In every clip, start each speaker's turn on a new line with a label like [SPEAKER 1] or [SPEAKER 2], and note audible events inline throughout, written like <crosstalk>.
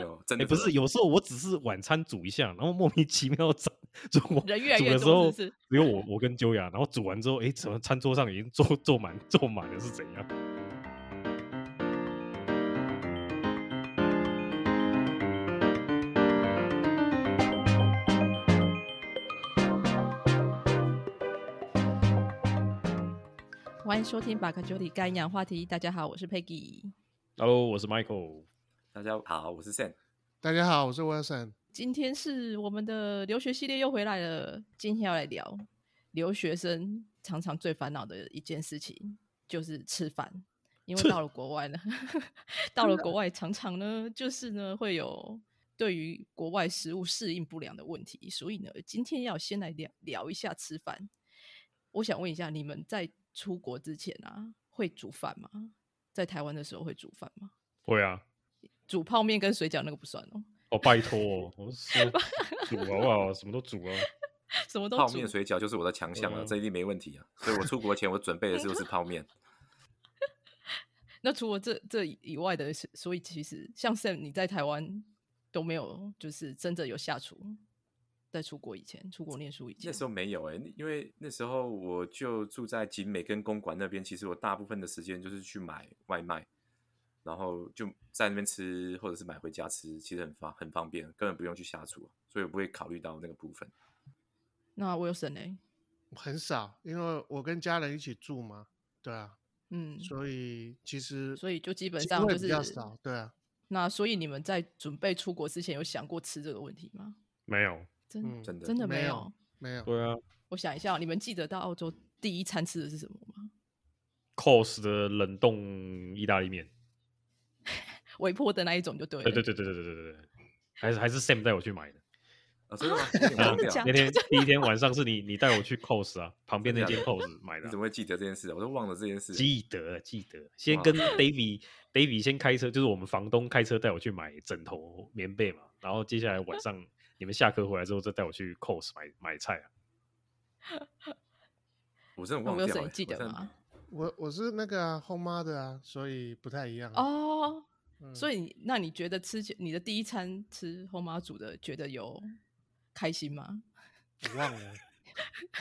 [SPEAKER 1] 有，真
[SPEAKER 2] 哎，
[SPEAKER 1] 的
[SPEAKER 2] 不
[SPEAKER 1] 真
[SPEAKER 2] 是，
[SPEAKER 1] 的
[SPEAKER 2] 有时候我只是晚餐煮一下，然后莫名其妙煮，煮完
[SPEAKER 3] 人越来
[SPEAKER 2] 煮
[SPEAKER 3] 越
[SPEAKER 2] 的时
[SPEAKER 3] 多，
[SPEAKER 2] 候
[SPEAKER 3] 是不是？
[SPEAKER 2] 只有我我跟秋雅，然后煮完之后，哎，怎么餐桌上已经坐坐满坐满了是怎样？
[SPEAKER 3] 欢迎收听《把克九里干养话题》，大家好，我是 Peggy。
[SPEAKER 2] Hello，我是 Michael。
[SPEAKER 1] 大家好，我是 Sam。
[SPEAKER 4] 大家好，我是 Wilson。
[SPEAKER 3] 今天是我们的留学系列又回来了，今天要来聊留学生常常最烦恼的一件事情，就是吃饭。因为到了 <laughs> 国外呢，到了国外常常呢，就是呢会有对于国外食物适应不良的问题，所以呢，今天要先来聊聊一下吃饭。我想问一下，你们在出国之前啊，会煮饭吗？在台湾的时候会煮饭吗？
[SPEAKER 2] 会啊，
[SPEAKER 3] 煮泡面跟水饺那个不算哦， <laughs>
[SPEAKER 2] 哦，拜托哦，我是 <laughs> 说煮好不好？什么都煮啊。
[SPEAKER 3] 什么都
[SPEAKER 1] 泡
[SPEAKER 3] 煮
[SPEAKER 1] 面水饺就是我的强项了，
[SPEAKER 2] 嗯
[SPEAKER 1] 这一定没问题啊。所以我出国前我准备
[SPEAKER 3] 哎
[SPEAKER 1] 的就是泡
[SPEAKER 3] <laughs>
[SPEAKER 1] 面。
[SPEAKER 3] 那除了这这以外的是，所以其实像 Sam 你在台湾都没有，就是真的有下厨，在出国以前，出国念书以前，
[SPEAKER 1] 那时候没有哎、因为那时候我就住在景美跟公馆那边，其实我大部分的时间就是去买外卖，然后就在那边吃，或者是买回家吃，其实很方很方便，根本不用去下厨，所以我不会考虑到那个部分。
[SPEAKER 3] 那 Wilson 呢？
[SPEAKER 4] 很少，因为我跟家人一起住嘛，对啊，
[SPEAKER 3] 嗯，
[SPEAKER 4] 所以其实
[SPEAKER 3] 所以就基本
[SPEAKER 4] 机
[SPEAKER 3] 上
[SPEAKER 4] 会
[SPEAKER 3] 就
[SPEAKER 4] 比较
[SPEAKER 3] 是
[SPEAKER 4] 少，对啊，
[SPEAKER 3] 那所以你们在准备出国之前有想过吃这个问题吗？
[SPEAKER 2] 没有，
[SPEAKER 3] 真、
[SPEAKER 4] 嗯
[SPEAKER 1] 真的
[SPEAKER 3] 真的
[SPEAKER 4] 没有
[SPEAKER 3] 有。
[SPEAKER 4] 没有
[SPEAKER 2] 对啊
[SPEAKER 3] 我想一下哦、你们记得到澳洲第一餐吃的是什么吗？
[SPEAKER 2] ，Cos 的冷冻意大利面，
[SPEAKER 3] 微波的那一种就对了。
[SPEAKER 2] 对对对对对对对对对，还是还是 Sam 带我去买的。
[SPEAKER 1] 啊，真的吗？有点忘
[SPEAKER 3] <laughs> 真的
[SPEAKER 1] 掉
[SPEAKER 3] 假
[SPEAKER 2] 那天第一天晚上是你你带我去 Cos 啊，旁边那
[SPEAKER 1] 真
[SPEAKER 2] 间
[SPEAKER 1] 的假
[SPEAKER 2] Cos 买的
[SPEAKER 1] 你
[SPEAKER 2] 啊
[SPEAKER 1] 怎。么会记得这件事啊？我都忘了这件事。
[SPEAKER 2] 记得记得，先跟 Davy Davy 先开车，就是我们房东开车带我去买枕头棉被嘛，然后接下来晚上你们下课回来之后再带我去 Cos 买买菜啊。
[SPEAKER 1] 我真的
[SPEAKER 3] 那
[SPEAKER 1] 忘掉、欸。
[SPEAKER 3] Wilson 你
[SPEAKER 1] 我
[SPEAKER 3] 记得
[SPEAKER 1] 真的
[SPEAKER 3] 吗？
[SPEAKER 4] 我我是那个啊后妈的啊，所以不太一样啊。
[SPEAKER 3] 哦，
[SPEAKER 4] 嗯
[SPEAKER 3] 所以你那你觉得吃起你的第一餐吃后妈煮的，觉得有开心吗？
[SPEAKER 4] 我忘了，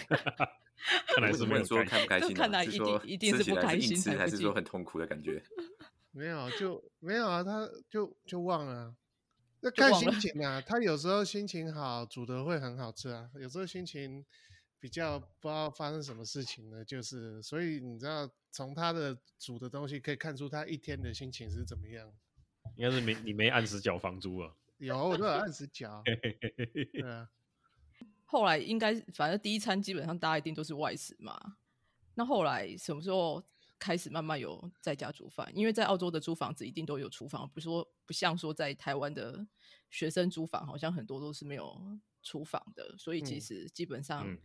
[SPEAKER 2] 看来
[SPEAKER 1] 为
[SPEAKER 2] 是
[SPEAKER 1] 什
[SPEAKER 2] 没
[SPEAKER 1] 么
[SPEAKER 2] 有
[SPEAKER 1] 能说
[SPEAKER 2] 开
[SPEAKER 1] 开不开
[SPEAKER 2] 心
[SPEAKER 3] 这
[SPEAKER 1] 心、啊？
[SPEAKER 3] 看来一定
[SPEAKER 1] 说
[SPEAKER 3] 一定
[SPEAKER 1] 吃
[SPEAKER 3] 是
[SPEAKER 1] 起
[SPEAKER 3] 不
[SPEAKER 1] 来
[SPEAKER 3] 开
[SPEAKER 1] 硬
[SPEAKER 3] 心
[SPEAKER 1] 吃
[SPEAKER 3] 才
[SPEAKER 1] 还
[SPEAKER 3] 不
[SPEAKER 1] 是
[SPEAKER 3] 记
[SPEAKER 1] 说
[SPEAKER 3] 得
[SPEAKER 1] 很痛苦的感觉？
[SPEAKER 4] 没有就没有啊，他就就忘了啊。那
[SPEAKER 3] 就
[SPEAKER 4] 看
[SPEAKER 3] 忘
[SPEAKER 4] 心
[SPEAKER 3] 了
[SPEAKER 4] 情啊，他有时候心情好，煮的会很好吃啊；有时候心情比较不知道发生什么事情呢，就是所以你知道，从他的煮的东西可以看出他一天的心情是怎么样。
[SPEAKER 2] 应该是没你没按时缴房租啊。。
[SPEAKER 4] 有，我都有按时缴啊
[SPEAKER 2] 嘿嘿嘿嘿嘿
[SPEAKER 4] 对啊，
[SPEAKER 3] 后来应该反正第一餐基本上大家一定都是外食嘛。那后来什么时候开始慢慢有在家煮饭？因为在澳洲的租房子一定都有厨房，不是说不像说在台湾的学生租房，好像很多都是没有厨房的，所以其
[SPEAKER 4] 嗯
[SPEAKER 3] 实基本上
[SPEAKER 2] 嗯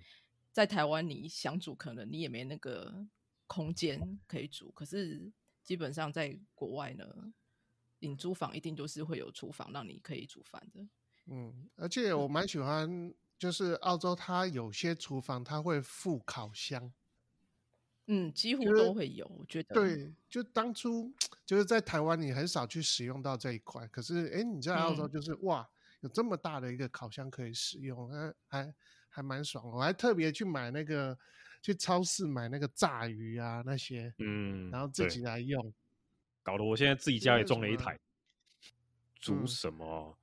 [SPEAKER 3] 在台湾你想煮，可能你也没那个空间可以煮。可是基本上在国外呢，你租房一定都是会有厨房让你可以煮饭的。
[SPEAKER 4] 嗯，而且我蛮喜欢，就是澳洲它有些厨房它会附烤箱。
[SPEAKER 3] 嗯，几乎
[SPEAKER 4] 觉得
[SPEAKER 3] 都会有，我觉得。
[SPEAKER 4] 对，就当初就是在台湾，你很少去使用到这一块。可是，哎，你在澳洲
[SPEAKER 3] 嗯
[SPEAKER 4] 就是、哇，有这么大的一个烤箱可以使用，那还还蛮爽的。我还特别去买那个，去超市买那个炸鱼啊那些，
[SPEAKER 2] 嗯，
[SPEAKER 4] 然后自
[SPEAKER 2] 对
[SPEAKER 4] 己来用。
[SPEAKER 2] 搞得我现在自己
[SPEAKER 4] 就
[SPEAKER 2] 家
[SPEAKER 4] 是
[SPEAKER 2] 也
[SPEAKER 4] 什
[SPEAKER 2] 装了一
[SPEAKER 4] 么
[SPEAKER 2] 台。煮
[SPEAKER 4] 嗯
[SPEAKER 2] 什么？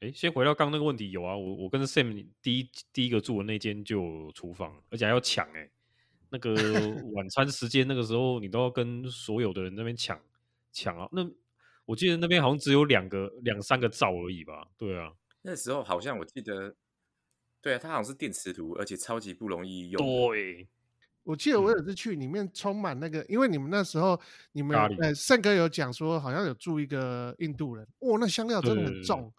[SPEAKER 2] 哎、先回到刚刚那个问题，有啊，我我跟 Sam 第一第一个住的那间就有厨房，而且还要抢哎、那
[SPEAKER 4] <laughs>
[SPEAKER 2] 个晚餐时间那个时候，你都要跟所有的人那边抢抢啊。那我记得那边好像只有两个两三个灶而已吧？对啊，
[SPEAKER 1] 那时候好像我记得，对啊，它好像是电磁炉，而且超级不容易用的。
[SPEAKER 2] 对，
[SPEAKER 4] 我记得我
[SPEAKER 2] 嗯
[SPEAKER 4] 有次去，里面充满那个，因为你们那时候你们
[SPEAKER 2] 咖
[SPEAKER 4] 有
[SPEAKER 2] 喱
[SPEAKER 4] 呃盛哥有讲说，好像有住一个印度人，哇，那香料真的
[SPEAKER 2] 对对
[SPEAKER 4] 很
[SPEAKER 2] 对
[SPEAKER 4] 重，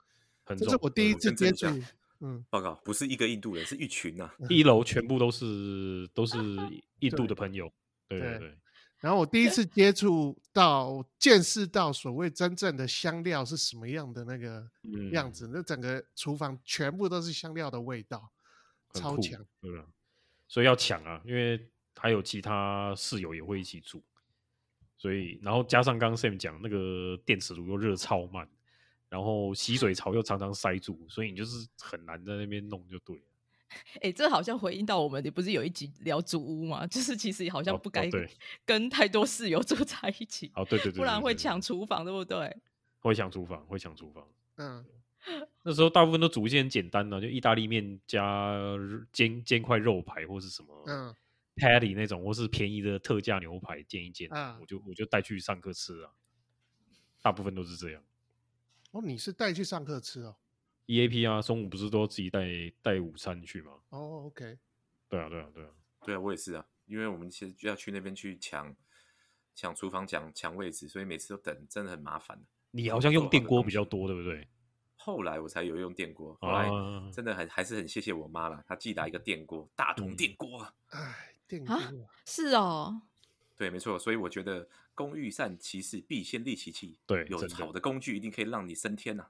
[SPEAKER 2] 很
[SPEAKER 4] 这
[SPEAKER 2] 重
[SPEAKER 4] 是。我第
[SPEAKER 1] 嗯
[SPEAKER 4] 一
[SPEAKER 1] 我
[SPEAKER 4] 次
[SPEAKER 1] 跟着
[SPEAKER 4] 接
[SPEAKER 1] 你
[SPEAKER 4] 触
[SPEAKER 1] 讲。
[SPEAKER 4] 嗯，
[SPEAKER 1] 报告不是一个印度人，是一群呐、啊。
[SPEAKER 2] 一楼全部都是都
[SPEAKER 4] <laughs>
[SPEAKER 2] 是印度
[SPEAKER 4] 对
[SPEAKER 2] 的朋友，对对
[SPEAKER 4] 对
[SPEAKER 2] 对，
[SPEAKER 4] 然后我第一次接触到、见识到所谓真正的香料是什么样的那个
[SPEAKER 2] 嗯，
[SPEAKER 4] 样子，那整个厨房全部都是香料的味道，
[SPEAKER 2] 很
[SPEAKER 4] 超
[SPEAKER 2] 酷
[SPEAKER 3] 嗯
[SPEAKER 4] 强。，
[SPEAKER 2] 对啊，所以要抢啊，因为还有其他室友也会一起住，所以然后加上刚刚 Sam 讲那个电磁炉又热超慢，然后吸水槽又常常塞住，所以你就是很难在那边弄就对了。
[SPEAKER 3] 哎、这好像回应到我们，你不是有一集聊租屋吗？就是其实好像
[SPEAKER 2] 哦
[SPEAKER 3] 不
[SPEAKER 2] 哦
[SPEAKER 3] 该
[SPEAKER 2] 对
[SPEAKER 3] 跟太多室友 <laughs> 住在一起，
[SPEAKER 2] 哦，对对对
[SPEAKER 3] 不然
[SPEAKER 2] 对
[SPEAKER 3] 会
[SPEAKER 2] 对
[SPEAKER 3] 抢厨房，对不对？
[SPEAKER 2] 会抢厨房，会抢厨房。
[SPEAKER 4] 嗯，
[SPEAKER 2] 那时候大部分都煮一些很简单的，啊就意大利面加煎煎块肉排或是什么，
[SPEAKER 4] 嗯
[SPEAKER 2] patty 那种，或是便宜的特价牛排煎一煎，
[SPEAKER 3] 嗯
[SPEAKER 4] 啊
[SPEAKER 2] 我就我就带去上课吃啊。大部分都是这样。
[SPEAKER 4] 哦，你是带去上课吃哦？
[SPEAKER 2] EAP 啊，中午不是都自己带带午餐去吗？
[SPEAKER 4] 哦，OK，
[SPEAKER 2] 对啊，对啊，对啊。
[SPEAKER 1] 对啊，我也是啊，因为我们其实要去那边去抢抢厨房、抢抢位置，所以每次都等，真的很麻烦。
[SPEAKER 2] 你好像用
[SPEAKER 1] 做好
[SPEAKER 2] 电
[SPEAKER 1] 的
[SPEAKER 2] 锅
[SPEAKER 1] 东
[SPEAKER 2] 比较
[SPEAKER 1] 西
[SPEAKER 2] 多，对不对？
[SPEAKER 1] 后来我才有用电锅，后来
[SPEAKER 2] 啊，
[SPEAKER 1] 真的很还是很谢谢我妈啦，她寄来一个电锅，大
[SPEAKER 2] 嗯
[SPEAKER 1] 同电锅啊。
[SPEAKER 4] 哎，电锅
[SPEAKER 3] 啊
[SPEAKER 4] 啊，
[SPEAKER 3] 是哦，
[SPEAKER 1] 对，没错，所以我觉得工欲善其事，必先利其器。
[SPEAKER 2] 对
[SPEAKER 1] 有
[SPEAKER 2] 哎真的
[SPEAKER 1] 好的工具一定可以让你升天呐、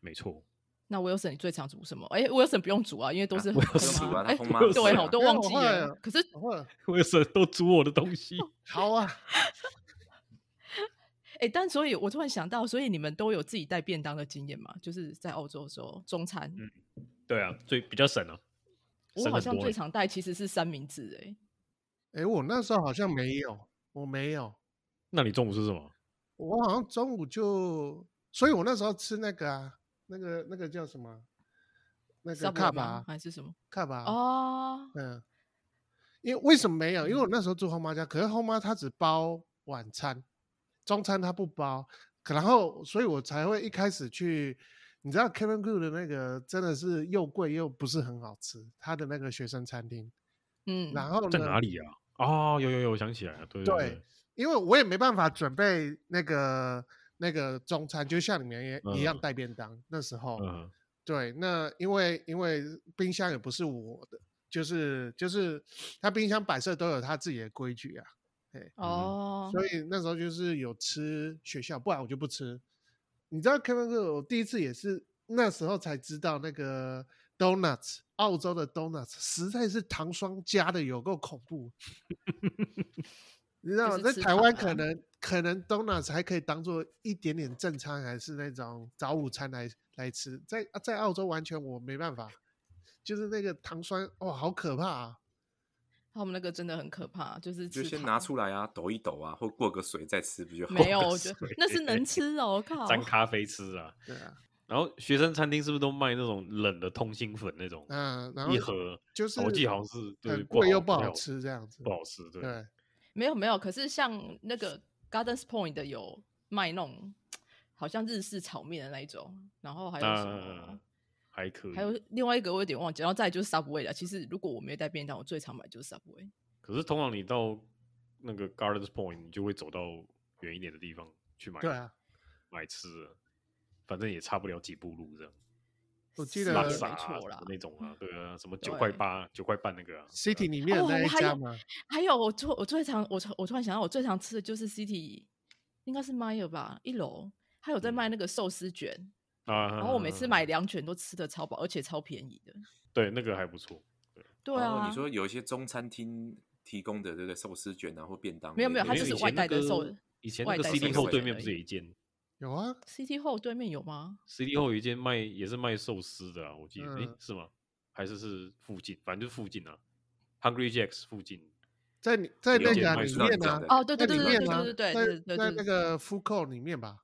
[SPEAKER 2] 没错。
[SPEAKER 3] 那 Wilson 你最常煮什么？哎、w i l s o n 不用煮啊，因为都
[SPEAKER 1] 啊
[SPEAKER 3] 是
[SPEAKER 1] 我
[SPEAKER 3] 很
[SPEAKER 1] 有煮啊，
[SPEAKER 3] 哎、
[SPEAKER 1] 那后
[SPEAKER 3] <laughs>
[SPEAKER 1] 妈
[SPEAKER 2] 对
[SPEAKER 1] 煮啊
[SPEAKER 3] 对哦，我都
[SPEAKER 4] 没有
[SPEAKER 3] 忘记
[SPEAKER 4] 我后来
[SPEAKER 3] 了。可是
[SPEAKER 4] 好啊，
[SPEAKER 2] <laughs> 为什么都煮我的东西？
[SPEAKER 4] 好啊，
[SPEAKER 3] 哎、但所以我突然想到，所以你们都有自己带便当的经验嘛？就是在澳洲的时候，中餐、
[SPEAKER 2] 嗯 <laughs> 对啊，最比较省啊。
[SPEAKER 3] 我
[SPEAKER 2] 省
[SPEAKER 3] 好
[SPEAKER 2] 很
[SPEAKER 3] 像
[SPEAKER 2] 多
[SPEAKER 3] 最
[SPEAKER 2] 欸
[SPEAKER 3] 常带其实是三明治、哎，
[SPEAKER 4] 哎，我那时候好像没有，我没有，
[SPEAKER 2] 那你中午吃什么？
[SPEAKER 4] 我好像中午就，所以我那时候吃那个啊，那个那个叫什么？那个
[SPEAKER 3] Subway
[SPEAKER 4] 卡
[SPEAKER 3] 吗
[SPEAKER 4] 巴啊
[SPEAKER 3] 还是什么？
[SPEAKER 4] 卡巴，
[SPEAKER 3] 哦，
[SPEAKER 4] 嗯，因为为什么没有？因
[SPEAKER 2] 嗯
[SPEAKER 4] 为我那时候住后妈家，可是后妈她只包晚餐，中餐她不包，可然后所以我才会一开始去。你知道 Kevin Good 的那个真的是又贵又不是很好吃，他的那个学生餐厅。
[SPEAKER 3] 嗯，
[SPEAKER 4] 然后呢？
[SPEAKER 2] 在哪里啊？哦，有有有，我想起来了，对对
[SPEAKER 4] 对因为我也没办法准备那个那个中餐，就像你们也一样
[SPEAKER 2] 嗯
[SPEAKER 4] 带便当。那时候，
[SPEAKER 2] 嗯，
[SPEAKER 4] 对，那因为因为冰箱也不是我的，就是就是他冰箱摆设都有他自己的规矩啊，
[SPEAKER 1] 嗯
[SPEAKER 3] 哦，
[SPEAKER 4] 所以那时候就是有吃学校，不然我就不吃。你知道 Kevin 哥，我第一次也是那时候才知道那个 donuts，澳洲的 donuts 实在是糖霜加的有够恐
[SPEAKER 2] <laughs>
[SPEAKER 4] 怖。你知道吗
[SPEAKER 3] 就
[SPEAKER 4] 在
[SPEAKER 3] 是吃
[SPEAKER 4] 台
[SPEAKER 3] 糖
[SPEAKER 4] 湾
[SPEAKER 3] 啊
[SPEAKER 4] 可能可能 donuts 还可以当做一点点正餐，还是那种早午餐来来吃，在在澳洲完全我没办法，就是那个糖霜哇，好可怕啊！
[SPEAKER 3] 他们那个真的很可怕，就是
[SPEAKER 1] 就
[SPEAKER 3] 吃
[SPEAKER 1] 先
[SPEAKER 3] 糖
[SPEAKER 1] 拿出来啊，抖一抖啊，或过个水再吃不就好？
[SPEAKER 3] 没有，
[SPEAKER 2] 的
[SPEAKER 3] 我觉得
[SPEAKER 2] 水
[SPEAKER 3] 那是能吃哦，靠，
[SPEAKER 2] 沾咖啡吃啊。
[SPEAKER 4] 对啊，
[SPEAKER 2] 然后学生餐厅是不是都卖那种冷的通心粉那种？
[SPEAKER 4] 嗯，然后
[SPEAKER 2] 一盒
[SPEAKER 4] 就是
[SPEAKER 2] 我记得好像是对
[SPEAKER 4] 很贵又不
[SPEAKER 2] 太
[SPEAKER 4] 好吃这样子，
[SPEAKER 2] 不好吃，对
[SPEAKER 4] 对。
[SPEAKER 3] 没有没有，可是像那个 Gardens Point 的有卖那种好像日式炒面的那一种，然后还有什么啊
[SPEAKER 2] 那？还可以，
[SPEAKER 3] 还有另外一个我有点忘记，然后再来就是 Subway 了。其实如果我没有带便当，我最常买就是 Subway。
[SPEAKER 2] 可是通常你到那个 Gardens Point，你就会走到远一点的地方去买，
[SPEAKER 4] 对啊，
[SPEAKER 2] 买吃的，反正也差不了几步路这样。
[SPEAKER 4] 我记
[SPEAKER 3] 是
[SPEAKER 4] 得
[SPEAKER 2] 拉
[SPEAKER 3] 没
[SPEAKER 2] 萨、啊、
[SPEAKER 3] 错
[SPEAKER 2] 什
[SPEAKER 3] 啦
[SPEAKER 2] 么。那种啊，对啊，什么
[SPEAKER 3] 对
[SPEAKER 2] 九块八、九块半那个啊
[SPEAKER 4] City
[SPEAKER 2] 对啊
[SPEAKER 4] 里面的
[SPEAKER 3] 哦
[SPEAKER 4] 那一
[SPEAKER 3] 还
[SPEAKER 4] 家
[SPEAKER 3] 有
[SPEAKER 4] 嘛，
[SPEAKER 3] 还有我最我最常我突我突然想到，我最常吃的就是 City，应该是 Myer 吧，一楼它有在卖
[SPEAKER 2] 嗯
[SPEAKER 3] 那个寿司卷，
[SPEAKER 2] 啊，
[SPEAKER 3] 然后我每次买两卷都吃的超饱，而且超便宜的。
[SPEAKER 2] 对那个还不错，
[SPEAKER 3] 对
[SPEAKER 2] 哦
[SPEAKER 1] 然后
[SPEAKER 3] 啊，
[SPEAKER 1] 哦你说有一些中餐厅提供的，对不对？寿司卷啊，或便当类的。
[SPEAKER 3] 没有没有它
[SPEAKER 2] 没
[SPEAKER 3] 就
[SPEAKER 2] 有
[SPEAKER 3] 是
[SPEAKER 2] 以前
[SPEAKER 3] 外带
[SPEAKER 2] 那
[SPEAKER 3] 的
[SPEAKER 2] 个
[SPEAKER 3] 寿
[SPEAKER 2] 以前
[SPEAKER 3] 外
[SPEAKER 2] 那个
[SPEAKER 1] 带
[SPEAKER 2] CD
[SPEAKER 1] 寿
[SPEAKER 2] 后
[SPEAKER 1] 司
[SPEAKER 2] 对
[SPEAKER 1] 卷
[SPEAKER 2] 面不
[SPEAKER 3] 而已
[SPEAKER 2] 是有一间
[SPEAKER 4] 有啊，
[SPEAKER 3] City 后对面有吗？
[SPEAKER 2] ，CD 后有一间卖也是卖寿司的啊，我记得，诶，
[SPEAKER 4] 嗯
[SPEAKER 2] 是吗？还是是附近，反正就是附近啊，Hungry Jacks 附近，
[SPEAKER 4] 在你在
[SPEAKER 2] 了
[SPEAKER 4] 那
[SPEAKER 2] 解
[SPEAKER 4] 个
[SPEAKER 2] 麦
[SPEAKER 4] 里
[SPEAKER 2] 当劳
[SPEAKER 4] 面
[SPEAKER 1] 这
[SPEAKER 4] 啊
[SPEAKER 1] 样的，
[SPEAKER 3] 哦，对
[SPEAKER 4] 在
[SPEAKER 3] 对对
[SPEAKER 4] 里
[SPEAKER 3] 对对
[SPEAKER 4] 面啊，
[SPEAKER 3] 对对对对
[SPEAKER 4] 在
[SPEAKER 3] 对，
[SPEAKER 4] 在
[SPEAKER 3] 对
[SPEAKER 4] 那个 food court 里面吧，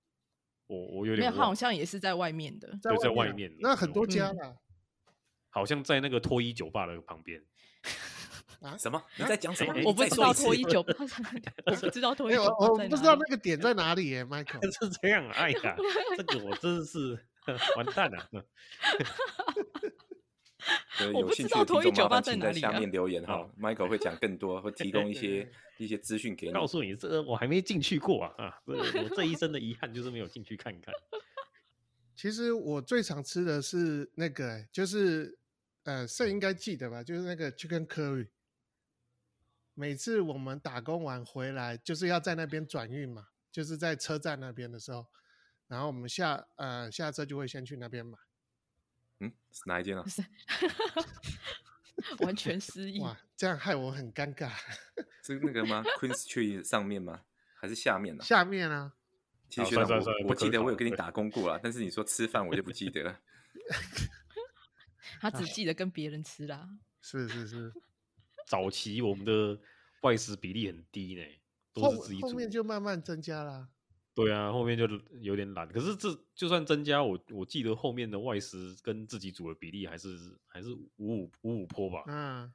[SPEAKER 2] 我我有
[SPEAKER 3] 没
[SPEAKER 2] 点
[SPEAKER 3] 有，它好
[SPEAKER 2] 忘了
[SPEAKER 3] 像也是在外面的。
[SPEAKER 2] 对在外
[SPEAKER 4] 啊
[SPEAKER 2] 面的
[SPEAKER 4] 那很多
[SPEAKER 2] 嗯
[SPEAKER 4] 家啦，
[SPEAKER 2] 好像在那个脱衣酒吧的旁边，
[SPEAKER 1] <laughs>
[SPEAKER 4] 啊
[SPEAKER 1] 什
[SPEAKER 3] <laughs>
[SPEAKER 1] 么？你在讲什么
[SPEAKER 2] 哎？
[SPEAKER 1] 你
[SPEAKER 3] 我不
[SPEAKER 1] 再
[SPEAKER 3] 知
[SPEAKER 1] 说
[SPEAKER 3] 道
[SPEAKER 1] 一次
[SPEAKER 3] 脱衣酒吧， <laughs> 我不知道脱
[SPEAKER 4] 没
[SPEAKER 3] 衣
[SPEAKER 4] 有，
[SPEAKER 3] 酒
[SPEAKER 4] 我
[SPEAKER 3] 吧在
[SPEAKER 4] 哎哦不知
[SPEAKER 3] 哪
[SPEAKER 4] 道
[SPEAKER 3] 里
[SPEAKER 4] 那个点在哪里耶，Michael
[SPEAKER 2] <laughs> 是这样啊，哎呀， <laughs> 这个我真的是完蛋了、
[SPEAKER 1] <laughs> 对，
[SPEAKER 3] 我
[SPEAKER 1] 有
[SPEAKER 3] 不
[SPEAKER 1] 兴
[SPEAKER 3] 知
[SPEAKER 1] 趣
[SPEAKER 3] 道
[SPEAKER 1] 的
[SPEAKER 3] 脱
[SPEAKER 1] 听
[SPEAKER 3] 衣
[SPEAKER 1] 众
[SPEAKER 3] 酒
[SPEAKER 1] 麻
[SPEAKER 3] 吧
[SPEAKER 1] 烦
[SPEAKER 3] 在
[SPEAKER 1] 请
[SPEAKER 3] 哪
[SPEAKER 1] 在
[SPEAKER 3] 里
[SPEAKER 1] 下
[SPEAKER 3] 啊
[SPEAKER 1] 面留言
[SPEAKER 3] <laughs>
[SPEAKER 1] 哈
[SPEAKER 2] 好
[SPEAKER 1] ，Michael 会讲更多，会提供一
[SPEAKER 2] 对对
[SPEAKER 1] 些一些资讯给你。
[SPEAKER 2] 告诉你，这我还没进去过啊啊！这我这一生的遗憾就是没有进去看看。
[SPEAKER 4] 其实我最常吃的是那个欸，就是呃，这应该记得吧，就是那个 chicken curry。每次我们打工完回来，就是要在那边转运嘛，就是在车站那边的时候，然后我们下呃下车就会先去那边买。
[SPEAKER 1] 嗯，是哪一间啊？
[SPEAKER 3] <laughs> 完全失忆。
[SPEAKER 4] 哇，这样害我很尴尬。 <laughs>
[SPEAKER 3] <laughs>
[SPEAKER 1] 是那个吗？Queen Street 上面吗？还是下面呢？
[SPEAKER 4] 下面啊，
[SPEAKER 1] 其实学
[SPEAKER 2] 好
[SPEAKER 1] 长，
[SPEAKER 2] 算了算了
[SPEAKER 1] 我
[SPEAKER 2] 不
[SPEAKER 1] 我
[SPEAKER 2] 可
[SPEAKER 1] 记得
[SPEAKER 2] 考
[SPEAKER 1] 我有跟你
[SPEAKER 2] 对
[SPEAKER 1] 打工过啦，但是你说吃饭我就不记得了。
[SPEAKER 3] 他只记得跟别人吃啦。
[SPEAKER 4] 是是是，
[SPEAKER 2] 早期我们的外食比例很低呢，都
[SPEAKER 4] 后
[SPEAKER 2] 是自己
[SPEAKER 4] 后
[SPEAKER 2] 煮。
[SPEAKER 4] 面就慢慢增加啦。
[SPEAKER 2] 对啊，后面就有点懒。可是这就算增加，我我记得后面的外食跟自己煮的比例还是还是五五五五坡吧。
[SPEAKER 4] 嗯，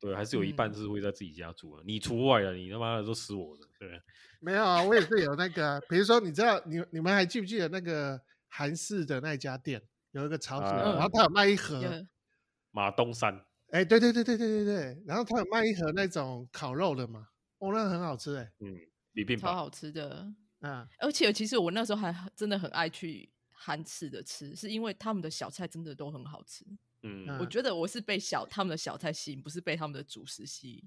[SPEAKER 2] 对，还是有一半
[SPEAKER 3] 嗯
[SPEAKER 2] 是会在自己家煮的。你除外了，你他妈的都吃我的。对啊，
[SPEAKER 4] 没有啊，我也是有那个啊，比如说你知道你你们还记不记得那个韩式的那一家店有一个炒粉，
[SPEAKER 2] 啊
[SPEAKER 4] 然后他有卖一盒，
[SPEAKER 3] 有
[SPEAKER 2] 马东山
[SPEAKER 4] 哎、对对对对对对对，然后他有卖一盒那种烤肉的嘛，哦，那个很好吃哎、
[SPEAKER 2] 李病
[SPEAKER 3] 超
[SPEAKER 2] 吧，
[SPEAKER 3] 好吃的。
[SPEAKER 4] 啊，
[SPEAKER 3] 而且其实我那时候还很真的很爱去韩式的吃，是因为他们的小菜真的都很好吃。
[SPEAKER 2] 嗯，
[SPEAKER 4] 嗯
[SPEAKER 3] 我觉得我是被小他们的小菜吸引，不是被他们的主食吸引。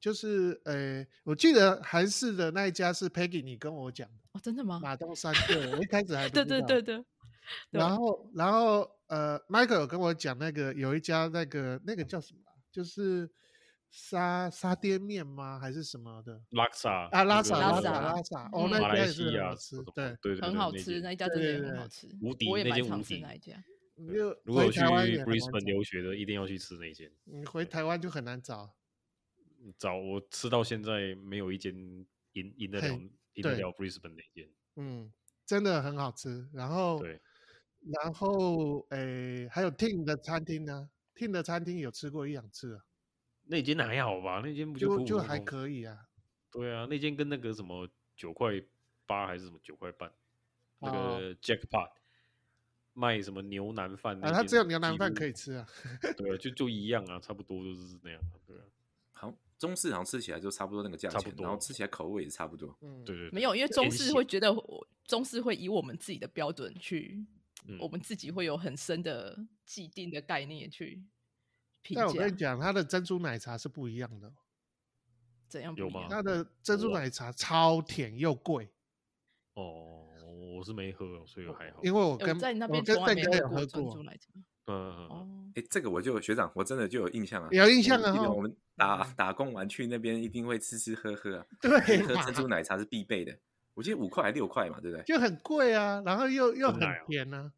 [SPEAKER 4] 就是呃，我记得韩式的那一家是 Peggy 你跟我讲的，
[SPEAKER 3] 哦，真的吗？
[SPEAKER 4] 马东山对，我一开始还不
[SPEAKER 3] 对
[SPEAKER 4] 知
[SPEAKER 3] 对
[SPEAKER 4] 道
[SPEAKER 3] 对对，对
[SPEAKER 4] 然后然后呃，Michael 有跟我讲那个有一家那个那个叫什么啊，就是沙沙爹面吗？还是什么的？
[SPEAKER 2] 拉萨
[SPEAKER 4] 啊，拉
[SPEAKER 2] 那个
[SPEAKER 4] 萨
[SPEAKER 3] 拉
[SPEAKER 4] 拉
[SPEAKER 3] 萨
[SPEAKER 4] 萨拉萨，哦，
[SPEAKER 3] 嗯
[SPEAKER 4] 那
[SPEAKER 2] 马
[SPEAKER 4] 家
[SPEAKER 2] 来
[SPEAKER 4] 也
[SPEAKER 2] 西
[SPEAKER 4] 是很
[SPEAKER 2] 亚
[SPEAKER 4] 好
[SPEAKER 2] 什
[SPEAKER 4] 吃
[SPEAKER 2] 么，
[SPEAKER 4] 对，
[SPEAKER 2] 对对，
[SPEAKER 3] 很
[SPEAKER 2] 对
[SPEAKER 3] 好
[SPEAKER 2] 那
[SPEAKER 3] 吃，
[SPEAKER 2] 间
[SPEAKER 3] 那一家
[SPEAKER 4] 对
[SPEAKER 3] 真的也
[SPEAKER 4] 对
[SPEAKER 3] 很
[SPEAKER 4] 对
[SPEAKER 3] 好吃
[SPEAKER 2] 无敌
[SPEAKER 3] 我也
[SPEAKER 2] 那
[SPEAKER 3] 蛮
[SPEAKER 2] 间
[SPEAKER 3] 常
[SPEAKER 2] 无
[SPEAKER 3] 吃
[SPEAKER 2] 敌
[SPEAKER 3] 那一家。
[SPEAKER 4] 你就
[SPEAKER 2] 如果
[SPEAKER 4] 回
[SPEAKER 2] 有去
[SPEAKER 4] 台湾也很难
[SPEAKER 2] Brisbane
[SPEAKER 4] 找
[SPEAKER 2] 留学的，一定要去吃那一间。
[SPEAKER 4] 你回台湾就很难找。
[SPEAKER 2] 早我吃到现在没有一间赢赢得了
[SPEAKER 4] 嘿
[SPEAKER 2] 赢得
[SPEAKER 4] 对
[SPEAKER 2] 了 Brisbane 那间。
[SPEAKER 4] 嗯，真的很好吃。然后，
[SPEAKER 2] 对，
[SPEAKER 4] 然后诶，还有 Team 的餐厅呢，Team 的餐厅有吃过一两次啊，
[SPEAKER 2] 那间还好吧？那间不普
[SPEAKER 4] 就
[SPEAKER 2] 普
[SPEAKER 4] 就
[SPEAKER 2] 通
[SPEAKER 4] 还
[SPEAKER 2] 通
[SPEAKER 4] 可以啊。
[SPEAKER 2] 对啊，那间跟那个什么九块八还是什么九块半，那
[SPEAKER 4] 哦
[SPEAKER 2] 个 Jackpot 卖什么牛腩饭那
[SPEAKER 4] 啊，
[SPEAKER 2] 间，
[SPEAKER 4] 它只有牛腩饭可
[SPEAKER 2] 以，
[SPEAKER 4] 以吃啊。
[SPEAKER 2] 对啊，就就一样啊，差不多就是那样啊，对啊，
[SPEAKER 1] 好像中式好像吃起来就差不多那个价
[SPEAKER 2] 差不
[SPEAKER 1] 钱，然后
[SPEAKER 2] 多
[SPEAKER 1] 吃起来口味也差不多。
[SPEAKER 4] 嗯，
[SPEAKER 2] 对，对，
[SPEAKER 3] 没
[SPEAKER 2] 对
[SPEAKER 3] 有，因为中
[SPEAKER 2] 偏
[SPEAKER 3] 式
[SPEAKER 2] 咸
[SPEAKER 3] 会觉得我中式会以我们自己的标准去，
[SPEAKER 2] 嗯
[SPEAKER 3] 我们自己会有很深的既定的概念去评
[SPEAKER 4] 但我跟你
[SPEAKER 3] 价。
[SPEAKER 4] 讲，它的珍珠奶茶是不一样的哦，
[SPEAKER 3] 怎样不
[SPEAKER 2] 有
[SPEAKER 3] 一
[SPEAKER 2] 吗
[SPEAKER 3] 样？
[SPEAKER 4] 它的珍珠奶茶超甜又贵。
[SPEAKER 2] 哦，我是没喝，哦所以还好。
[SPEAKER 4] 因为我
[SPEAKER 3] 哎
[SPEAKER 4] 跟
[SPEAKER 3] 在你那边
[SPEAKER 4] 我跟
[SPEAKER 3] 从来
[SPEAKER 4] 邓
[SPEAKER 3] 没
[SPEAKER 4] 哥有
[SPEAKER 3] 过
[SPEAKER 4] 喝
[SPEAKER 3] 珍珠
[SPEAKER 4] 过，
[SPEAKER 3] 奶 <laughs> 茶
[SPEAKER 2] 嗯，嗯
[SPEAKER 3] 哦，
[SPEAKER 1] 哎，这个我就有学长，我真的就有印象啊，
[SPEAKER 4] 有印象
[SPEAKER 1] 我
[SPEAKER 4] 啊
[SPEAKER 1] 记得
[SPEAKER 4] 吼
[SPEAKER 1] 我们打
[SPEAKER 4] 嗯
[SPEAKER 1] 打工完去那边一定会吃吃喝喝啊，
[SPEAKER 4] 对
[SPEAKER 1] 喝
[SPEAKER 4] 嘛
[SPEAKER 1] 珍珠奶茶是必备的。我记得五块还六块嘛，对不对？
[SPEAKER 4] 就很贵啊，然后又又
[SPEAKER 2] 真
[SPEAKER 4] 很
[SPEAKER 2] 奶哦
[SPEAKER 4] 甜啊，